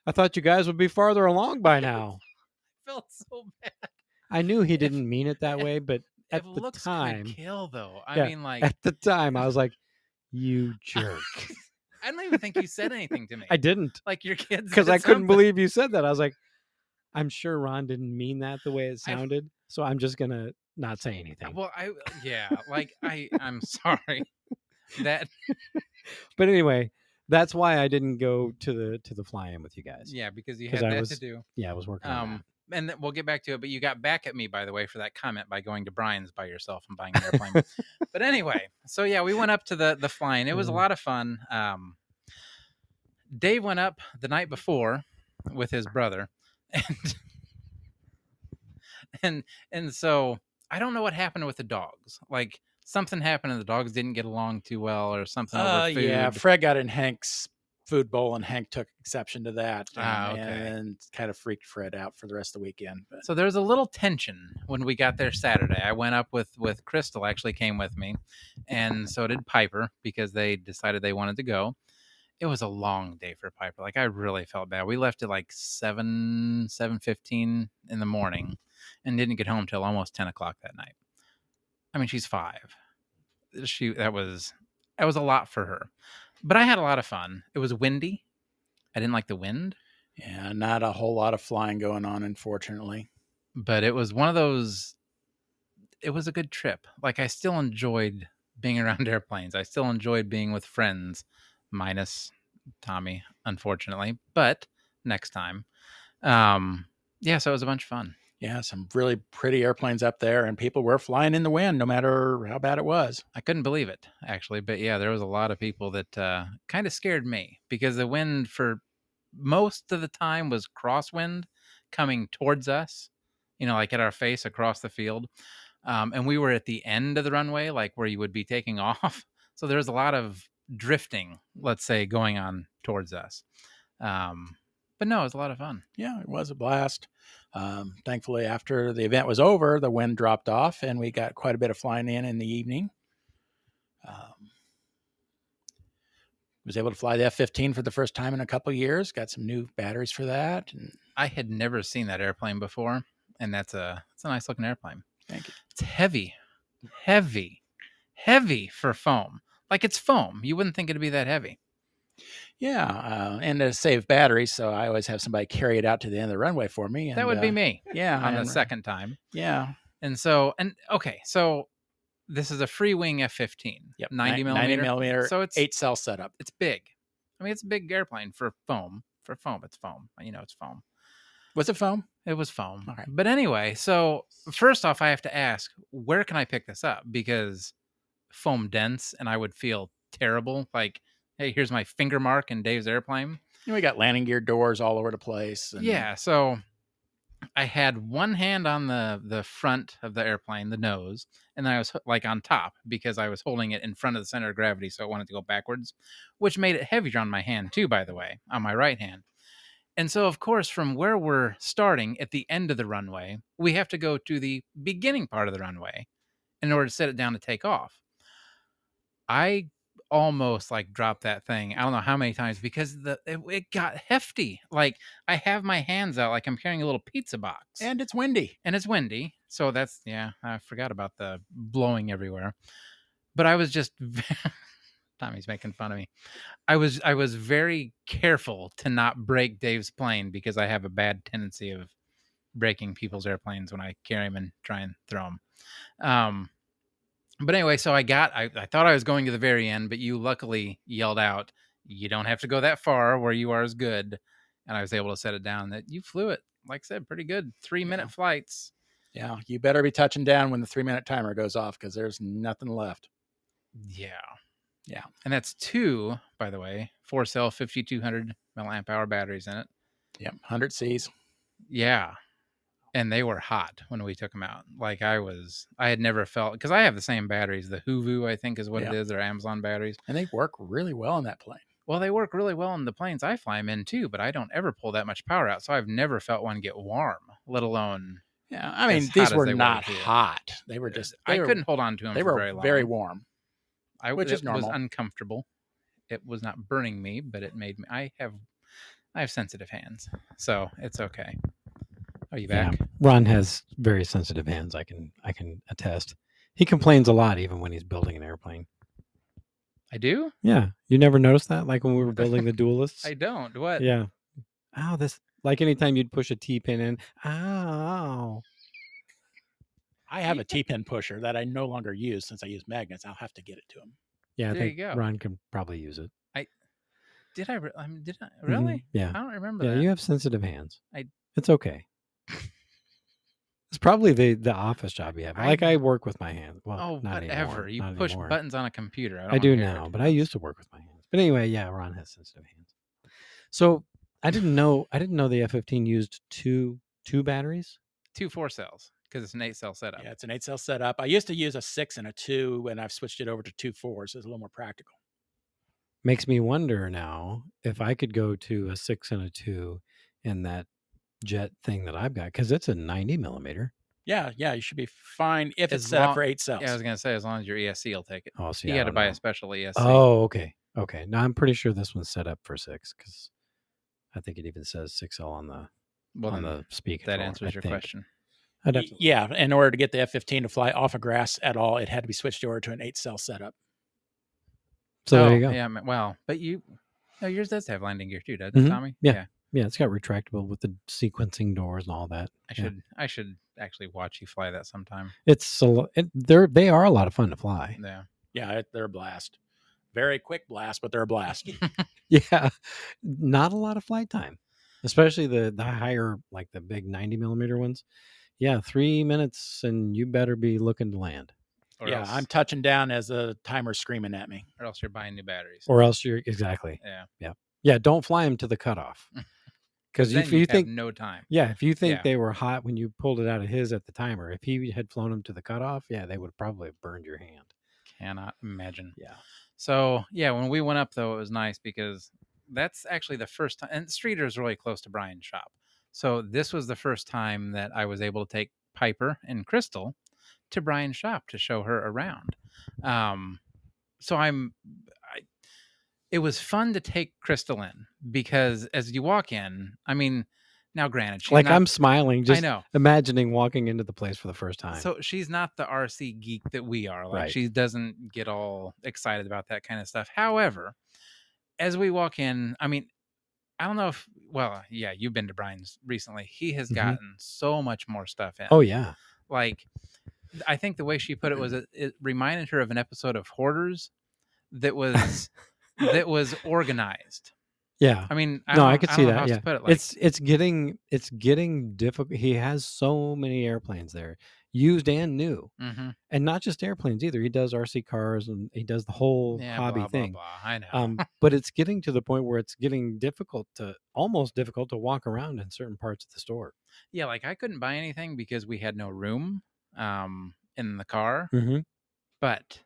I thought you guys would be farther along by now.
I felt so bad.
I knew he
If-
didn't mean it that
if-
way, but at
if
the
looks
time,
could kill though. I
Yeah,
mean like
at the time, I was like, You jerk.
I don't even think you said anything to me.
I didn't
like your kids
because
did
I couldn't
something.
believe you said that. I was like, I'm sure Ron didn't mean that the way it sounded. so I'm just going to not say anything.
Well, I yeah, like I I'm sorry. That
but anyway, that's why I didn't go to the to the fly-in with you guys. Yeah,
yeah, because you
'Cause
had
I
that to
was-
do.
I was working. on that.
Um, and th- we'll get back to it. But you got back at me, by the way, for that comment by going to Brian's by yourself and buying an airplane. but anyway, so yeah, we went up to the the flying. It was a
Mm.
lot of fun. Um, Dave went up the night before with his brother, and and and so I don't know what happened with the dogs. Like something happened, and the dogs didn't get along too well, or something.
Uh,
over food.
yeah, Fred got in Hank's food bowl, and Hank took exception to that,
Ah,
and,
okay.
and kind of freaked Fred out for the rest of the weekend. But
So there was a little tension when we got there Saturday. I went up with with Crystal actually came with me, and so did Piper because they decided they wanted to go. It was a long day for Piper. Like I really felt bad. We left at like seven seven fifteen in the morning, and didn't get home till almost ten o'clock that night. I mean, she's five. She that was that was a lot for her, but I had a lot of fun. It was windy. I didn't like the wind,
Yeah, not a whole lot of flying going on, unfortunately.
but it was one of those. It was a good trip. Like I still enjoyed being around airplanes. I still enjoyed being with friends, minus Tommy, unfortunately. But next time, um, yeah. So it was a bunch of fun.
Yeah, some really pretty airplanes up there, and people were flying in the wind, no matter how bad it was.
I couldn't believe it actually, but yeah, there was a lot of people that uh, kind of scared me because the wind for most of the time was crosswind coming towards us, you know, like at our face across the field, um, and we were at the end of the runway, like where you would be taking off. So there was a lot of drifting, let's say, going on towards us. Um, but no, it was a lot of fun.
Yeah, it was a blast. Um, thankfully, after the event was over, the wind dropped off, and we got quite a bit of flying in in the evening. Um, was able to fly the F-15 for the first time in a couple years. Got some new batteries for that, and
I had never seen that airplane before, and that's a it's a nice looking airplane.
Thank you.
It's heavy, heavy, heavy for foam. Like it's foam. You wouldn't think it'd be that heavy.
Yeah, uh, and to save batteries, so I always have somebody carry it out to the end of the runway for me. And,
that would
uh,
be me
Yeah,
on the
and- uh,
second time.
Yeah,
And so and okay, so this is a free wing F fifteen.
yep.
Ninety
ni-
millimeter.
ninety millimeter.
So it's
eight cell setup.
it's big. I mean it's a big airplane for foam. For foam, it's foam. You know it's foam.
Was it foam?
It was foam.
All right.
But anyway, so first off, I have to ask, where can I pick this up? Because foam dense, and I would feel terrible. Like, hey, here's my finger mark in Dave's airplane.
You know, we got landing gear doors all over the place. And
Yeah. So I had one hand on the the front of the airplane, the nose, and then I was h- like on top because I was holding it in front of the center of gravity, so it wanted to go backwards, which made it heavier on my hand too. By the way, on my right hand. And so, of course, from where we're starting at the end of the runway, we have to go to the beginning part of the runway in order to set it down to take off. I almost like dropped that thing. I don't know how many times because the it, it got hefty. Like I have my hands out like I'm carrying a little pizza box.
and it's windy.
and it's windy. So that's yeah, I forgot about the blowing everywhere. But I was just Tommy's making fun of me. I was I was very careful to not break Dave's plane because I have a bad tendency of breaking people's airplanes when I carry them and try and throw them. Um, but anyway, so I got I, I thought I was going to the very end, but you luckily yelled out, "You don't have to go that far. Where you are is good," and I was able to set it down. That you flew it, like I said, pretty good. Three minute flights.
Yeah, you better be touching down when the three minute timer goes off because there's nothing left.
Yeah.
Yeah.
And that's two, by the way, four cell 5200 milliamp hour batteries in it.
Yep, hundred C's.
Yeah. And they were hot when we took them out. Like I was, I had never felt, because I have the same batteries. The Hoovu, I think, is what it is. They're Amazon batteries.
and they work really well on that plane.
Well, they work really well in the planes I fly them in too, but I don't ever pull that much power out. So I've never felt one get warm, let alone,
Yeah,
As
I mean
hot
these
as
were
they were
not
here.
hot. Uh, They were just. They
I
were,
couldn't hold on to them
They
for
were
very long.
warm.
I
which
which
is
is was
normal.
uncomfortable. It was not burning me, but it made me. I have, I have sensitive hands, so it's okay. Are you
Yeah.
back?
Ron has very sensitive hands. I can I can attest. He complains a lot, even when he's building an airplane.
I do.
Yeah, you never noticed that, like when we were building the duelists.
I don't. What?
yeah. Oh, this like anytime you'd push a T pin in. Ow.
I have a T pin pusher that I no longer use since I use magnets. I'll have to get it to him.
Yeah, I
There you
think
go.
Ron can probably use it.
Did I? Re- I mean, did I
Mhm.
really?
Yeah.
I don't remember
Yeah,
that.
you have sensitive hands.
I-
It's okay. it's probably the the office job you have.
I-
Like I work with my hands. Well,
oh,
not
whatever.
anymore,
you
not
push
anymore.
buttons on a computer. I, don't
I
wanna
do
hear it.
now, but I used to work with my hands. But anyway, yeah, Ron has sensitive hands. So I didn't know. I didn't know the F fifteen used two two batteries.
two four cells because it's an eight cell setup.
Yeah, it's an eight cell setup. I used to use a six and a two, and I've switched it over to two fours. It's a little more practical.
Makes me wonder now if I could go to a six and a two in that jet thing that I've got because it's a ninety millimeter.
Yeah, yeah, you should be fine if it's
As
set up
long-
for eight cells.
Yeah, I was gonna say as long as your ESC will take it.
Oh, see,
you
I
got to
don't
buy
know.
a special E ESC.
Oh, okay, okay. Now I'm pretty sure this one's set up for six because I think it even says six L on the
well,
on
then
the speed.
that
controller, I
answers your
think.
question.
I'd have
Y-
to look.
yeah, in order to get the F fifteen to fly off of grass at all, it had to be switched over to an eight cell setup.
So
Oh,
there you go.
Yeah. I mean, Well, but you, No, yours does have landing gear too, doesn't it,
Mhm.
Tommy?
Yeah. Yeah, it's got retractable with the sequencing doors and all that.
I
Yeah.
should I should actually watch you fly that sometime.
It's a lo- it, they're they are a lot of fun to fly.
Yeah.
Yeah, it- they're a blast. Very quick blast, but they're a blast.
Yeah, not a lot of flight time, especially the the higher like the big ninety millimeter ones. Yeah, three minutes and you better be looking to land,
Or
yeah,
else,
I'm touching down as the timer's screaming at me.
or else you're buying new batteries.
or else you're exactly.
yeah.
Yeah, don't fly them to the cutoff because
Then
if you
you'd have
think
no time.
yeah, if you think
Yeah.
they were hot when you pulled it out of his at the timer, if he had flown them to the cutoff, yeah, they would probably have burned your hand.
Cannot imagine.
Yeah.
So yeah, when we went up though, it was nice because that's actually the first time. And Streeter's really close to Brian's shop, so this was the first time that I was able to take Piper and Crystal to Brian's shop to show her around. Um, so I'm, I, it was fun to take Crystal in because as you walk in, I mean, now granted, she's
like
not-
I'm smiling
I
just
know
imagining walking into the place for the first time.
so she's not the RC geek that we are. Like
Right.
she doesn't get all excited about that kind of stuff. However, as we walk in, I mean, I don't know if well, yeah, you've been to Brian's recently. He has
Mhm.
gotten so much more stuff in.
oh yeah, Mm-hmm.
Like I think the way she put it was it, it reminded her of an episode of Hoarders that was that was organized.
yeah.
I mean, I
No,
don't
I
know-
could
don't
see
know
that,
how else
yeah.
to put it. Like,
it's it's getting it's getting difficult. He has so many airplanes there, used and new,
mhm,
and not just airplanes either. He does RC cars and he does the whole
yeah,
hobby
blah, blah,
thing.
blah. I know.
Um, but it's getting to the point where it's getting difficult to almost difficult to walk around in certain parts of the store.
yeah like i couldn't buy anything because we had no room um in the car
Mm-hmm.
but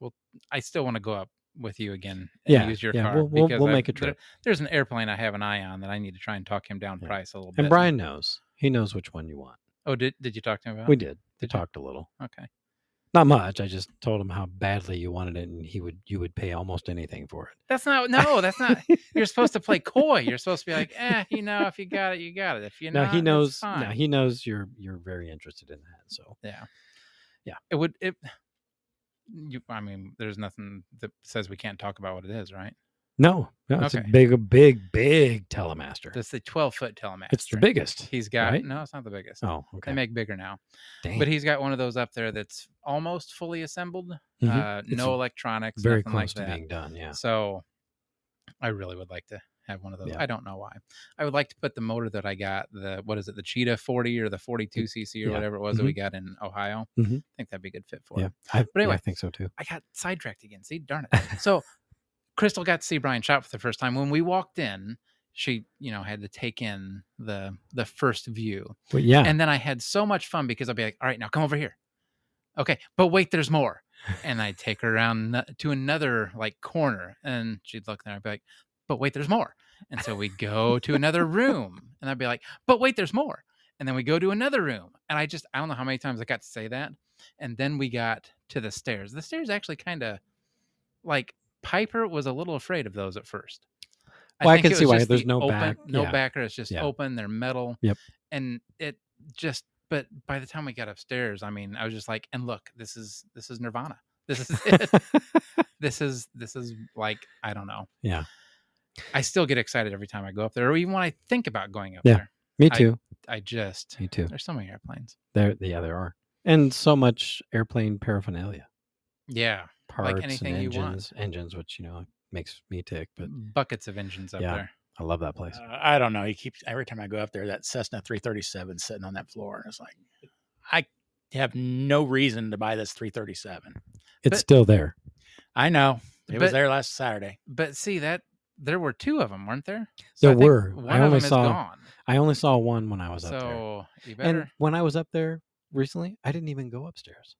well i still want to go up with you again and
Yeah,
use your
yeah,
car
we'll- we'll-
because
we'll
I've-
make a
there-
trip.
there's an airplane i have an eye on that i need to try and talk him down
Yeah.
price a little bit
And Brian knows he knows which one you want.
oh did, did you talk to him about
We
it?
did. We
did you?
talked a little,
okay
not much. I just told him how badly you wanted it, and he would you would pay almost anything for it.
that's not no that's not you're supposed to play coy you're supposed to be like eh you know if you got it you got it if you
now
not,
he
it's
knows. Now
fine."
he knows you're you're very interested in that. So
Yeah.
Yeah.
It would it you I mean, there's nothing that says we can't talk about what it is, right?
no, no, it's
Okay.
a big, a big, big telemaster.
That's the twelve foot telemaster.
it's the biggest.
He's got
right?
no, it's not the biggest.
Oh,
They
okay.
make bigger now.
Dang.
But he's got one of those up there that's almost fully assembled.
Mhm.
Uh,
It's
no electronics,
very
nothing
close
like
to
that.
being done. Yeah.
So I really would like to have one of those.
Yeah.
I don't know why. I would like to put the motor that I got, the what is it, the Cheetah 40 or the 42 cc or
Mm, yeah.
whatever it was that we got in Ohio.
Mhm.
I think that'd be a good fit for it.
Yeah. I, but
anyway.
I think so too.
I got sidetracked again. See, darn it. So Crystal got to see Brian shop for the first time. When we walked in, she, you know, had to take in the the first view.
But yeah,
And then I had so much fun because I'd be like, all right, now come over here. Okay, but wait, there's more. And I'd take her around no- to another like corner and she'd look there. I'd be like, but wait, there's more. And so we'd go to another room and I'd be like, but wait, there's more. And then we go to another room. And I just, I don't know how many times I got to say that. And then we got to the stairs. The stairs actually kind of like Piper was a little afraid of those at first.
Well, I
think
can
it was
see why.
just
There's
the
no
open-
back.
No
Yeah.
backer. It's just
Yeah.
open. They're metal.
Yep.
And it just, but by the time we got upstairs, I mean, I was just like, and look, this is this is Nirvana. This is it. this is this is like I don't know.
Yeah.
I still get excited every time I go up there, or even when I think about going up
Yeah.
there.
me
I-
too.
I just
me too.
there's so many airplanes.
There, yeah, there are, and so much airplane paraphernalia,
Yeah,
parts
anything
and
you want.
engines, engines, which you know makes me tick. But
buckets of engines up
Yeah.
there.
I love that place.
Uh, I don't know. He keeps every time I go up there, that Cessna 337 sitting on that floor, and it's like I have no reason to buy this 337.
It's
but-
still there.
I know it
But-
was there last Saturday.
But see that there were two of them, weren't there? I
There
think
were. I
One of
only
them
saw-
is gone.
I only saw one when I was up there.
So you better.
And when I was up there recently, I didn't even go upstairs.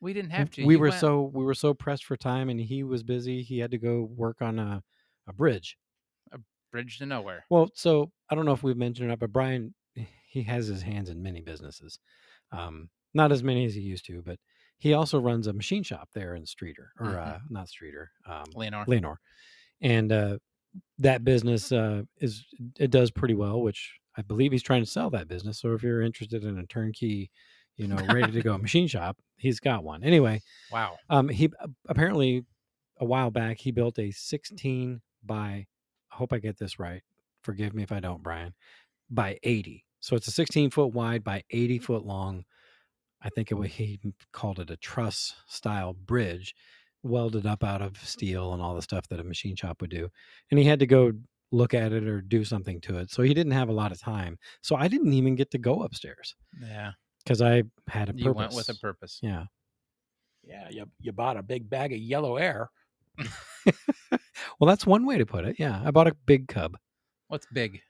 we didn't have to.
we
you
were
went.
so we were so pressed for time, and he was busy. He had to go work on a a bridge.
bridge to nowhere.
Well, so I don't know if we've mentioned it, or not, but Brian, he has his hands in many businesses. Um, not as many as he used to, but he also runs a machine shop there in Streeter, or
Mhm.
uh, not Streeter, um,
Leonor.
Lenore, and uh, that business uh, is it does pretty well, which I believe he's trying to sell that business. So if you're interested in a turnkey, you know, ready to go machine shop, he's got one. Anyway,
Wow.
uh, um, he apparently a while back he built a 16 by hope I get this right. Forgive me if I don't, Brian. By 80. So it's a 16 foot wide by
Mm-hmm.
80 foot long. I think it wa- he called it a truss style bridge, welded up out of steel and all the stuff that a machine shop would do. And he had to go
Mm-hmm.
look at it or do something to it. So he didn't have a lot of time. So I didn't even get to go upstairs
Yeah.
because I had a purpose.
You went with a purpose.
yeah.
Yeah, you, you bought a big bag of yellow air.
Well, that's one way to put it. Yeah. I bought a big cub.
What's big?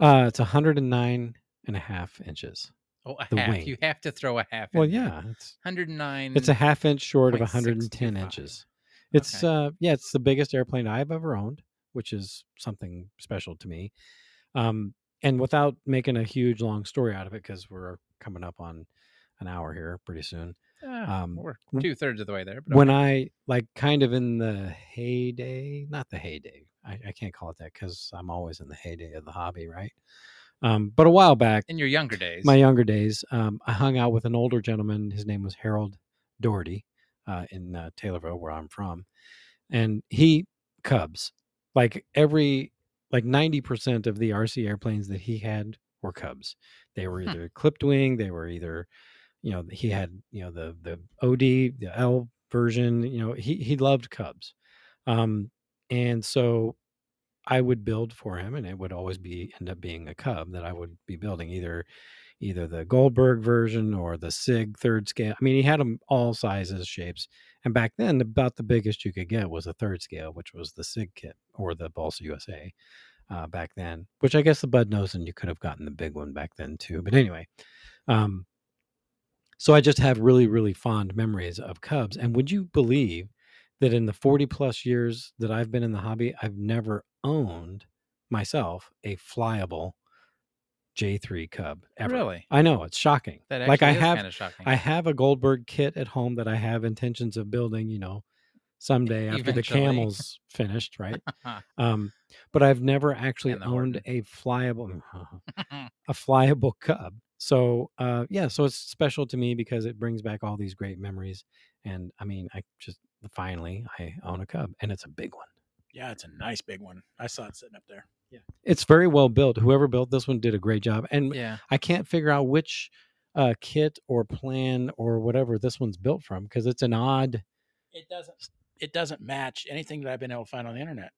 Uh, it's 109 and a half inches.
Oh, a
The
half.
wing.
You have to throw a half.
Well,
in there.
yeah, it's
109.
it's a half inch short of
Point six
110
two five.
inches. It's uh, yeah, it's the biggest airplane I've ever owned, which is something special to me. Um, and without making a huge long story out of it, because we're coming up on an hour here pretty soon.
Ah,
um,
we're
w-
two thirds of the way there. But
when I like kind of in the heyday, not the heyday, I, I can't call it that because I'm always in the heyday of the hobby, right? Um, but a while back,
in your younger days,
my younger days, um, I hung out with an older gentleman. His name was Harold Doherty uh, in uh, Taylorville, where I'm from, and he Cubs. Like every like ninety percent of the RC airplanes that he had were Cubs. They were
Hmm.
either clipped wing. They were either, you know, he had you know the the OD the L version. You know, he he loved Cubs, um, and so I would build for him, and it would always be end up being a Cub that I would be building either either the Goldberg version or the Sig third scale. I mean, he had them all sizes, shapes. And back then, about the biggest you could get was a third scale, which was the Sig kit or the Balsa USA uh, back then, which I guess the Bud Nosen, you could have gotten the big one back then too. But anyway, um, so I just have really, really fond memories of Cubs. And would you believe that in the 40 plus years that I've been in the hobby, I've never owned myself a flyable J3 Cub ever?
really,
I know it's shocking.
that
like I
actually is
have,
kind of shocking.
I have a Goldberg kit at home that I have intentions of building. You know, someday after
E
the
Eventually.
camels finished, right? um, but I've never actually
And the
owned a flyable, a flyable cub. So uh, yeah, so it's special to me because it brings back all these great memories. And I mean, I just finally I own a cub, and it's a big one.
Yeah, it's a nice big one. I saw it sitting up there.
It's very well built. Whoever built this one did a great job, and
yeah,
I can't figure out which uh, kit or plan or whatever this one's built from because it's an odd.
It doesn't. It doesn't match anything that I've been able to find on the internet.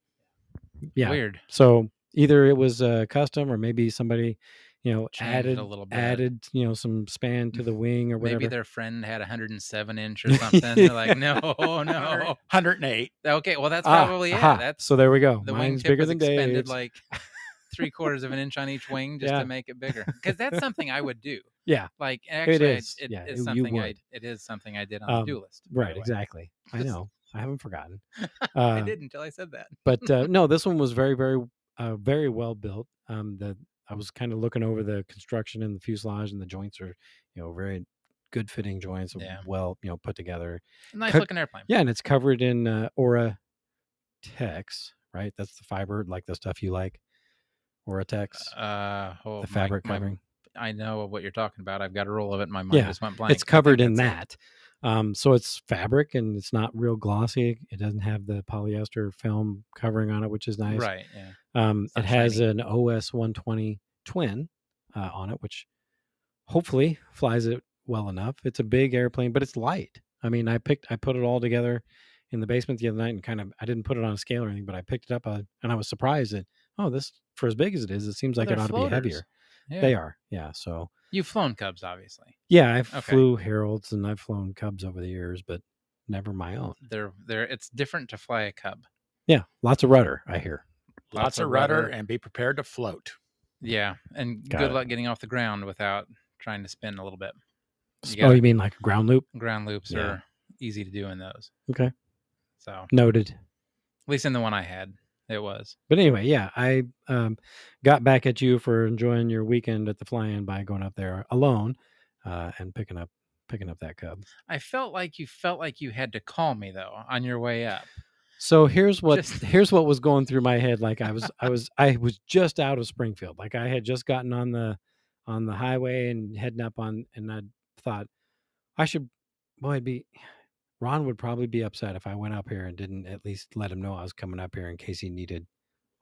Yeah.
weird.
So either it was uh, custom or maybe somebody, you know,
Changed it
added
a little bit.
added you know some span to the wing or whatever.
Maybe their friend had 107 inch or something. They're like, no, no.
108.
Okay, well that's
Ah,
probably it.
aha.
That's
so there we go.
the
Mine's
wingtip
bigger
was
than
expended
Dave's.
like three quarters of an inch on each wing just
Yeah.
to make it bigger. Because that's something I would do.
Yeah.
Like actually, I-
is.
it
Yeah,
is
you
something I
would.
it is something I did on
Um,
the do list. by the
right,
way.
exactly. I
Just-
know. I haven't forgotten.
I
Uh,
did until I said that.
but uh, no, this one was very, very, uh, very well built. Um, the I was kind of looking over the construction and the fuselage, and the joints are, you know, very good fitting joints, and
Yeah.
well, you know, put together.
Nice
Cut-
looking airplane.
Yeah, and it's covered in uh, Aura Tex, right? That's the fiber, like the stuff you like, Aura Tex,
Uh, oh,
the
my-
fabric
my-
covering.
I know what you're talking about. I've got a roll of it. in My mind
Yeah,
just went blank. I
It's
think
covered in
that's
that. Um, so it's fabric and it's not real glossy. It doesn't have the polyester film covering on it, which is
it.
nice.
Right. Yeah.
Um,
It's
it
not
has
shiny.
an OS 120 twin uh, on it, which hopefully flies it well enough. It's a big airplane, but it's light. I mean, I picked, I put it all together in the basement the other night and kind of, I didn't put it on a scale or anything, but I picked it up uh, and I was surprised that, oh, this, for as big as it is, it seems
Well,
like it
they're
ought to be heavier.
floaters. Yeah.
They are. Yeah. So,
You've flown Cubs, obviously.
yeah, I
Okay.
flew Heralds and I've flown Cubs over the years, but never my own.
They're they're. It's different to fly a Cub.
Yeah, lots of rudder, I hear.
Lots, of rudder, and be prepared to float.
Yeah, and
Got
good
it.
luck getting off the ground without trying to spin a little bit. You
oh,
gotta-
you mean like a ground loop?
Ground loops
Yeah.
are easy to do in those.
Okay.
So at
Noted.
least in the one I had, it was.
But anyway, yeah, I um, got back at you for enjoying your weekend at the fly-in by going up there alone uh, and picking up picking up that cub.
I felt like you felt like you had to call me though on your way up.
So here's what
Just-
here's what was going through my head. Like I was I was I was just out of Springfield. Like I had just gotten on the on the highway and heading up on, and I thought I should. Boy, it'd be Ron would probably be upset if I went up here and didn't at least let him know I was coming up here in case he needed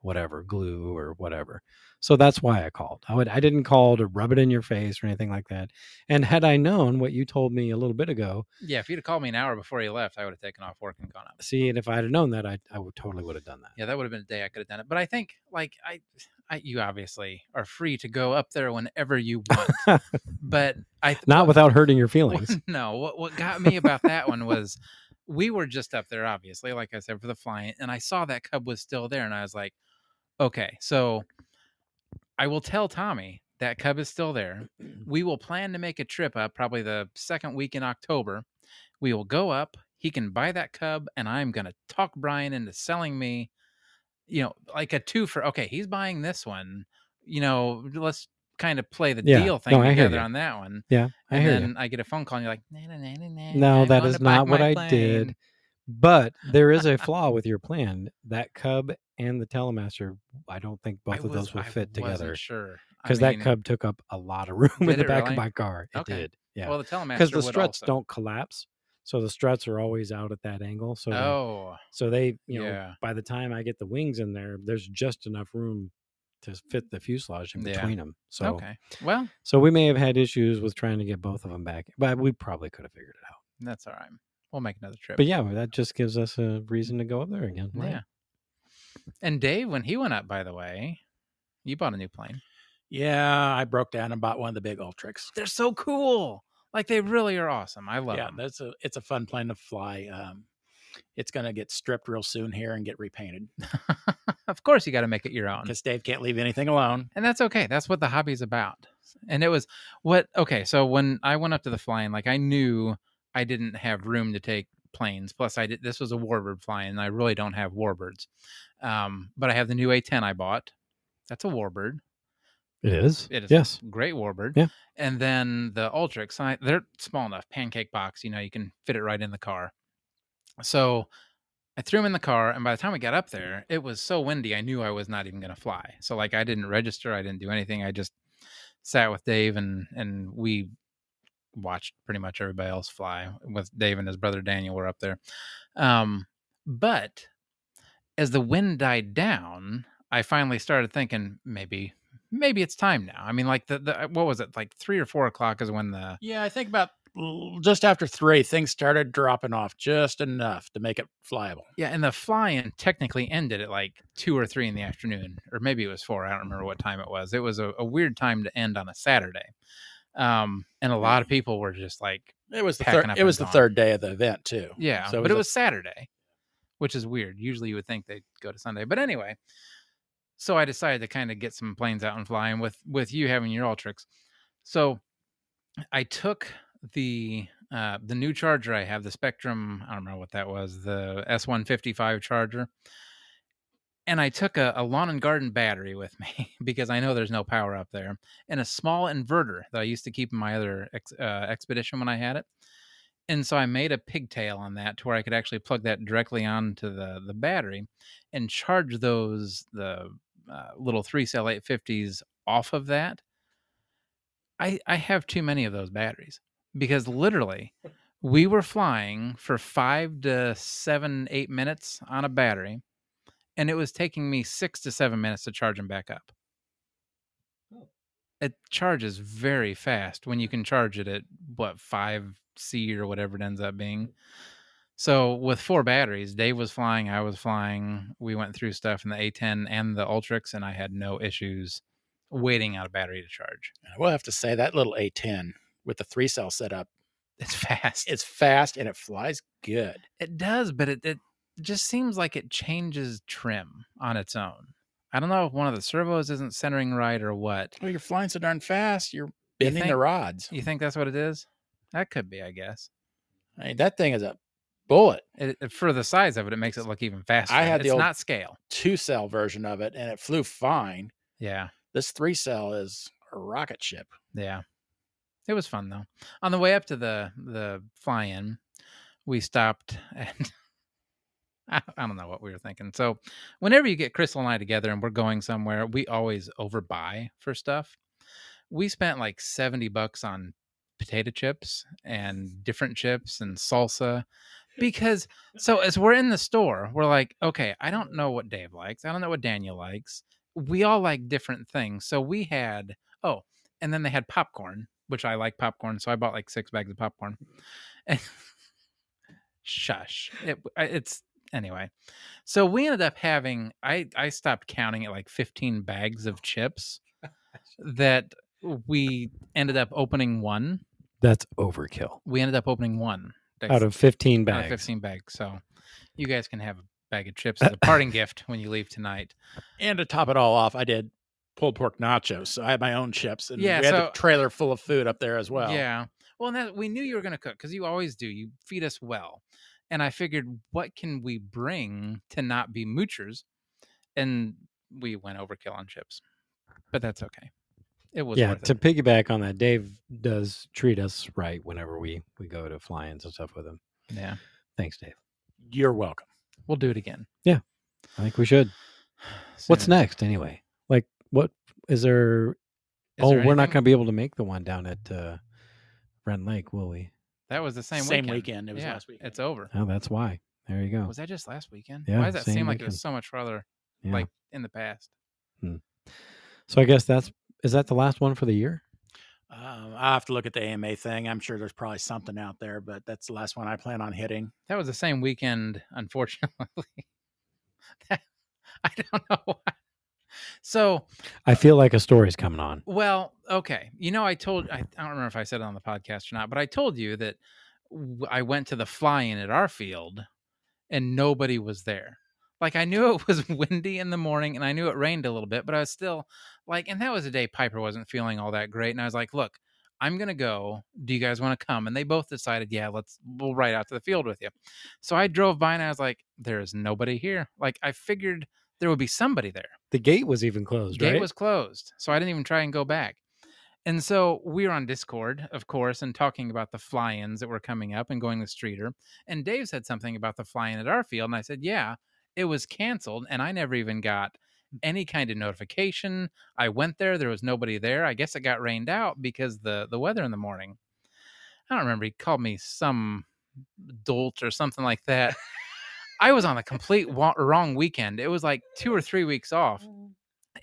whatever glue or whatever. So that's why I called. I would I didn't call to rub it in your face or anything like that. And had I known what you told me a little bit ago,
Yeah, if you'd have called me an hour before you left, I would have taken off work and gone up.
see, and if I had known that, I I would totally would have done that.
Yeah, that would have been a day I could have done it. But I think like I, I you obviously are free to go up there whenever you want. but I th-
Not without hurting your
Well,
feelings.
No, what what got me about that one was we were just up there, obviously, like I said, for the flying, and I saw that cub was still there, and I was like, okay, so I will tell Tommy that cub is still there. We will plan to make a trip up probably the second week in October. We will go up. He can buy that cub, and I'm gonna talk Brian into selling me, you know, like a two for okay, he's buying this one. You know, let's kind of play the
Yeah,
deal thing
no, I hear
together
you.
on that one
Yeah, I
and
hear
then
you.
I get a phone call and you're like, nah, nah, nah, nah, nah,
No,
I'm
that
going
is
to back
not what
my
I
plane."
did. But there is a flaw with your plan. That cub and the telemaster, I don't think both
I
of
was-
those will
I
fit
wasn't
together.
Sure, I
Because
mean,
that cub took up a lot of room
Did
in the
it
back
really?
of my car. It
Okay.
did. Yeah.
Well, the telemaster
because the
would
struts
also.
don't collapse so the struts are always out at that angle so they-
Oh,
so they you know
Yeah.
by the time i get the wings in there there's just enough room to fit the fuselage in
Yeah.
between them so
okay. Well,
so we may have had issues with trying to get both of them back but we probably could have figured it out
that's all right. We'll make another trip.
but yeah well, that just gives us a reason to go up there again right?
yeah. And Dave, when he went up, by the way, you bought a new plane.
Yeah, I broke down and bought one of the big Ultrix.
They're so cool. Like they really are awesome. I love
yeah,
them.
that's a it's a fun plane to fly. Um, it's going to get stripped real soon here and get repainted
of course, you got to make it your own.
because Dave can't leave anything alone.
and that's okay that's what the hobby's about and it was what okay so when i went up to the flying like i knew i didn't have room to take planes plus i did this was a warbird flying and i really don't have warbirds um, but i have the new a10 i bought that's a warbird
it is
It is.
yes
great warbird
Yeah.
and then the ultrix I, they're small enough pancake box you know you can fit it right in the car so i threw him in the car and by the time we got up there it was so windy i knew i was not even going to fly so like i didn't register i didn't do anything i just sat with dave and and we watched pretty much everybody else fly with dave and his brother daniel were up there um but as the wind died down i finally started thinking maybe maybe it's time now i mean like the, the what was it like three or four o'clock is when the
Yeah, I think about l- just after three, things started dropping off just enough to make it flyable.
Yeah, and the fly-in technically ended at like two or three in the afternoon, or maybe it was four. I don't remember what time it was. It was a, a weird time to end on a Saturday, um, and a lot of people were just like,
It was the
Packing
third.
up
It
and
was the
gone.
third day of the event too.
"Yeah,"
So it
but it
was
was
a-
Saturday, which is weird. Usually, you would think they'd go to Sunday, but anyway. So I decided to kind of get some planes out and fly, and with with you having your Ultrix, so I took the uh, the new charger I have, the Spectrum. I don't remember what that was, the S one fifty five charger. And I took a, a lawn and garden battery with me because I know there's no power up there, and a small inverter that I used to keep in my other ex, uh, expedition when I had it. And so I made a pigtail on that to where I could actually plug that directly onto the the battery, and charge those the uh, little three cell 850s off of that. I, I have too many of those batteries because literally we were flying for five to seven, eight minutes on a battery, and it was taking me six to seven minutes to charge them back up. It charges very fast when you can charge it at what 5C or whatever it ends up being. So, with four batteries, Dave was flying, I was flying, we went through stuff in the A10 and the Ultrix, and I had no issues waiting out a battery to charge.
And I will have to say that little A10 with the three cell setup.
It's fast.
It's fast and it flies good.
It does, but it, it just seems like it changes trim on its own. I don't know if one of the servos isn't centering right or what.
Well, you're flying so darn fast. You're bending the
think-
rods.
You think that's what it is? That could be, I guess.
I mean, that thing is a bullet.
It, it- for the size of it, it makes it look even faster.
had the
it's
old-
not scale.
two cell version of it and it flew fine.
Yeah,
This three cell is a rocket ship.
yeah. It was fun though. On the way up to the the fly-in, we stopped and I, I don't know what we were thinking. So, whenever you get Crystal and I together and we're going somewhere, we always overbuy for stuff. We spent like 70 bucks on potato chips and different chips and salsa because so as we're in the store, we're like, okay, I don't know what Dave likes. I don't know what Daniel likes. We all like different things. So we had oh, and then they had popcorn, which I like popcorn, so I bought like six bags of popcorn. And shush, it, it's anyway. So we ended up having I I stopped counting at like fifteen bags of chips that we ended up opening one.
That's overkill.
We ended up opening one
Out of 15
out of
bags.
15 bags. So you guys can have a bag of chips
Uh,
as a parting gift when you leave tonight.
And to top it all off, I did pulled pork nachos. So I had my own chips, and
Yeah,
we had
so-
a trailer full of food up there as well.
Yeah. Well, and that, we knew you were going to cook because you always do. You feed us well. And I figured, what can we bring to not be moochers? And we went overkill on chips, but that's okay. It was
yeah
worth
to
it.
piggyback on that dave does treat us right whenever we we go to fly-ins and stuff with him
Yeah.
thanks dave
You're welcome.
We'll do it again.
i think we should what's
soon.
next anyway like what is there
Is
oh
there
we're not
anything?
going to be able to make the one down at uh ren lake will we
That was the same
Same
weekend.
weekend. It was
yeah,
last weekend.
It's over.
oh that's why there you go
Was that just last weekend?
Oh. Yeah,
Why does that
same
seem like it was
weekend.
so much farther,
Yeah.
like in the past?
so i guess that's is that the last one for the year
Um, I have to look at the AMA thing. I'm sure there's probably something out there, but that's the last one I plan on hitting.
That was the same weekend, unfortunately. That- I don't know why. So,
i feel like a story's coming on
well, okay. You know, I told, I, I don't remember if I said it on the podcast or not, but I told you that w- I went to the fly in at our field and nobody was there. Like, I knew it was windy in the morning and I knew it rained a little bit, but I was still like, and that was a day Piper wasn't feeling all that great. And I was like, look, I'm going to go. Do you guys want to come? And they both decided, yeah, let's, we'll ride out to the field with you. So I drove by and I was like, there is nobody here. Like, I figured there would be somebody there
the gate was even closed
gate
right
was closed so i didn't even try and go back and so we were on discord of course and talking about the fly-ins that were coming up and going the streeter and dave said something about the fly-in at our field and i said yeah it was canceled and i never even got
Mm.
any kind of notification i went there there was nobody there i guess it got rained out because the the weather in the morning i don't remember he called me some dolt or something like that i was on a complete wa- wrong weekend it was like two or three weeks off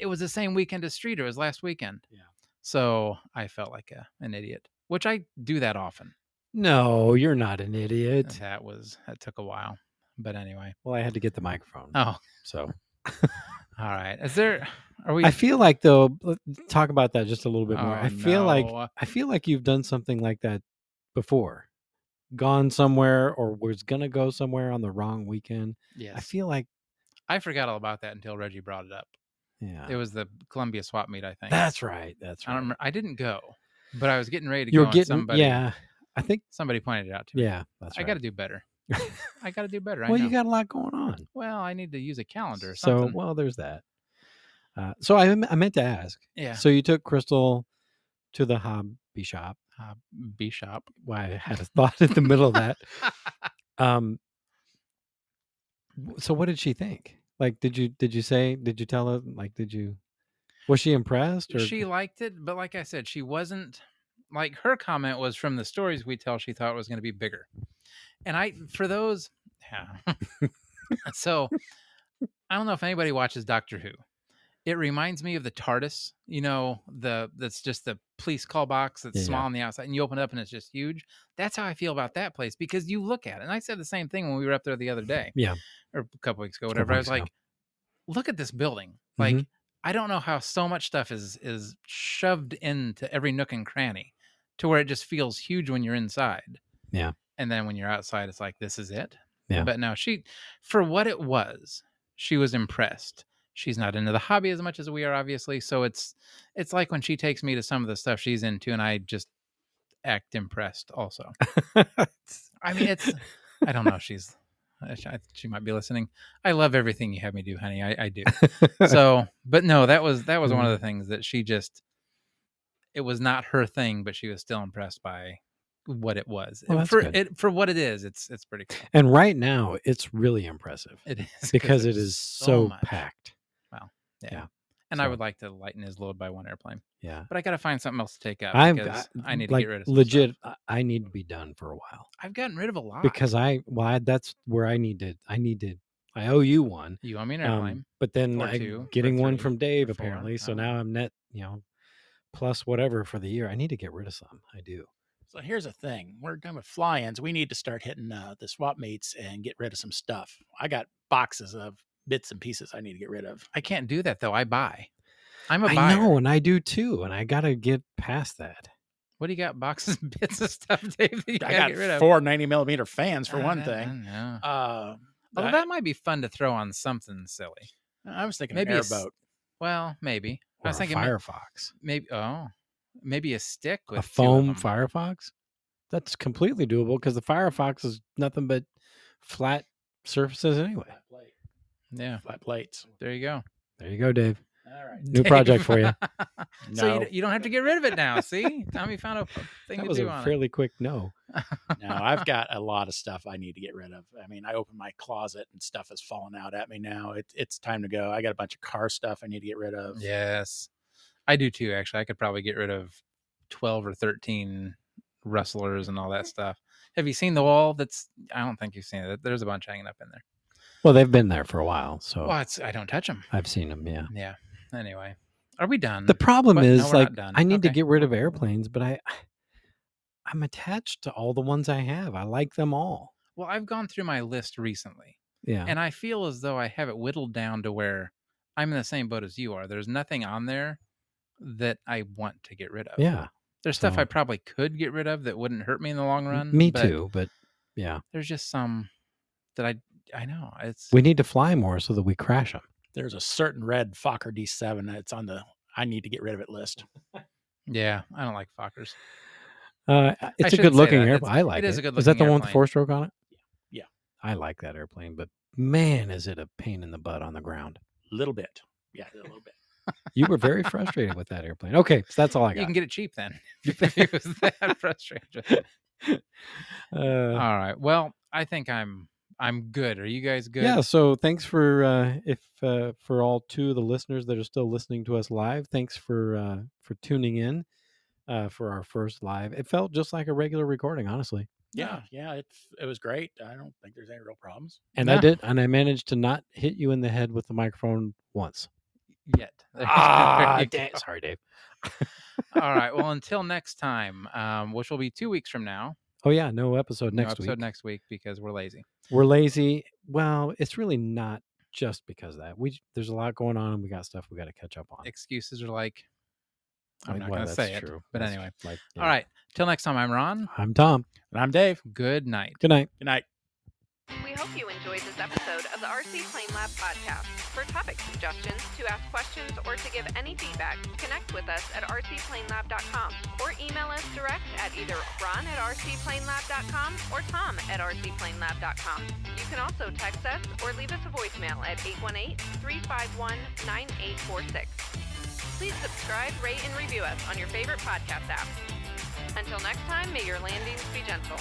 it was the same weekend as Streeter. It was last weekend.
Yeah.
So I felt like a, an idiot, which I do that often.
no you're not an idiot
That was that took a while, but anyway.
well i had to get the microphone
Oh,
so
all right. Is there? Are we?
I feel like though let- talk about that just a little bit more.
Oh,
I feel like
no.
I feel like you've done something like that before. Gone somewhere or was gonna go somewhere on the wrong weekend. I
yes.
feel like
I forgot all about that until Reggie brought it up.
yeah.
It was the Columbia swap meet, I think.
Ah. that's right. That's
I
right.
don't. Remember, I didn't go, but I was getting ready to
You're
go. and
getting
somebody,
yeah. I think
Somebody pointed it out to me.
yeah. That's
I
right.
got to do better. I got to do better. I
well,
know.
you got a lot going on.
Well, I need to use a calendar. Or
So
something.
well, there's that. Uh, so I, m- I meant to ask.
yeah.
So you took Crystal to the hobby shop.
Uh, B shop.
why I had a thought in the middle of that. Um, w- so what did she think? Like, did you did you say did you tell her? Like, did you was she impressed? Or
she liked it, but like I said, she wasn't like her comment was from the stories we tell. She thought it was going to be bigger, and I for those, yeah. so I don't know if anybody watches Doctor Who. It reminds me of the TARDIS, you know, the that's just the police call box that's
Yeah, yeah.
small on the outside, and you open it up and it's just huge. That's how I feel about that place because you look at it, and I said the same thing when we were up there the other day,
Yeah.
or a couple weeks ago, whatever. I
weeks
was
ago.
like, look at this building, like
Mm-hmm.
I don't know how so much stuff is is shoved into every nook and cranny to where it just feels huge when you're inside.
Yeah.
And then when you're outside, it's like this is it.
Yeah.
But no, she for what it was, she was impressed. She's not into the hobby as much as we are, obviously. So it's it's like when she takes me to some of the stuff she's into and I just act impressed also. I mean it's I don't know, she's I- I- she might be listening. I love everything you have me do, honey. I, I do so but no that was that was one of
Mm-hmm.
the things that she just it was not her thing but she was still impressed by what it was
Well, Oh, that's
for
good.
it for what it is it's it's pretty cool
and right now it's really impressive
it is
because it
there's
is so
much.
packed.
yeah. And I
So-
would like to lighten his load by one airplane,
Yeah.
but I got to find something else to take out
I'm
because
I-
I, need
like
to get rid of some
legit.
stuff. Ah.
I- I need to be done for a while
I've gotten rid of a lot
because I well I, that's where I need to I need to I owe you one.
you owe me an
Um,
airplane.
but then
or
I,
two, or
getting one
three,
from Dave
or four.
apparently. So
Oh.
now I'm net you know plus whatever for the year. I need to get rid of some. I do.
So here's the thing: we're done with fly-ins. We need to start hitting uh, the swap meets and get rid of some stuff. I got boxes of bits and pieces I need to get rid of.
I can't do that though. I buy. I'm a
I
buyer.
know, and I do too, and I gotta get past that.
What do you got? Boxes and bits of stuff, Dave. that you
I
gotta get rid of?
got
uh,
four 90 millimeter fans for
I
one
know,
thing.
I know.
Uh,
Although
I-
that might be fun to throw on something silly.
I was thinking
maybe
an
a
airboat.
Well, maybe. I
Or
was
a
thinking may-
Firefox,
Maybe. Oh, maybe a stick with
a
two of
foam
'em.
Firefox. That's completely doable because the Firefox is nothing but flat surfaces anyway.
Flat plate.
Yeah.
Flat plates.
There you go.
There you go, Dave.
All right.
New project for you.
No,
so you, d- you don't have to get rid of it now. See, Tommy found a thing
That
to
was
do
a
on
fairly quick no.
it.
no, I've got a lot of stuff I need to get rid of. I mean, I opened my closet and stuff is falling out at me now. It, it's time to go. I got a bunch of car stuff I need to get rid of.
Yes, I do too. Actually, I could probably get rid of twelve or thirteen rustlers and all that stuff. Have you seen the wall? That's I don't think you've seen it. There's a bunch hanging up in there.
Well, they've been there for a while, so
Well, it's I don't touch them.
I've seen them. Yeah.
Yeah. Anyway, are we done?
The problem
What? Mm-hmm. No,
is,
we're not
like,
done.
I need to
Okay.
get rid of airplanes, but I, I'm attached to all the ones I have. I like them all.
well, I've gone through my list recently,
Yeah.
and I feel as though I have it whittled down to where I'm in the same boat as you are. There's nothing on there that I want to get rid of.
yeah.
There's stuff
so-
I probably could get rid of that wouldn't hurt me in the long
m-
run.
Me
but
too. But yeah,
There's just some that I I know it's
we need to fly more so that we crash them.
There's a certain red Fokker D7 that's on the I need to get rid of it list.
yeah. I don't like Fockers.
Uh, I- it's a
shouldn't say
good looking
that.
airplane.
It's-
I like
it is a good
Is that the
looking
one with the
airplane.
four stroke on it?
Yeah.
I like that airplane, but man, is it a pain in the butt on the ground.
little bit. Yeah, a little bit.
You were very frustrated with that airplane. Okay, so that's all I
You
got.
can get it cheap then. if it was that frustrating.
uh,
All right. Well, I think I'm I'm good. Are you guys good?
Yeah, so thanks for uh, if uh, for all two of the listeners that are still listening to us live. Thanks for uh, for tuning in uh, for our first live. It felt just like a regular recording, honestly.
Yeah, yeah, it's it was great. I don't think there's any real problems.
And I
Yeah.
did, and I managed to not hit you in the head with the microphone once.
Yet.
Ah,
There you
da-
go.
sorry, Dave.
All right. Well, until next time, um, which will be two weeks from now.
Oh yeah, no episode
no
next
episode
week.
next week because we're lazy.
We're lazy. Well, it's really not just because of that. We there's a lot going on, and we got stuff we got to catch up on.
Excuses are like I'm
Like,
not
well,
gonna
that's
say it.
true.
but
That's
anyway.
like,
All
yeah.
right. Till next time, I'm Ron.
I'm Tom.
And I'm Dave.
Good night.
Good night.
Good night.
We hope you enjoyed this episode of the RC Plane Lab podcast. For topic suggestions, to ask questions, or to give any feedback, connect with us at rcplanelab.com or email us direct at either ron at rcplanelab.com or tom at rcplanelab.com. You can also text us or leave us a voicemail at 818-351-9846. Please subscribe, rate, and review us on your favorite podcast app. Until next time, may your landings be gentle.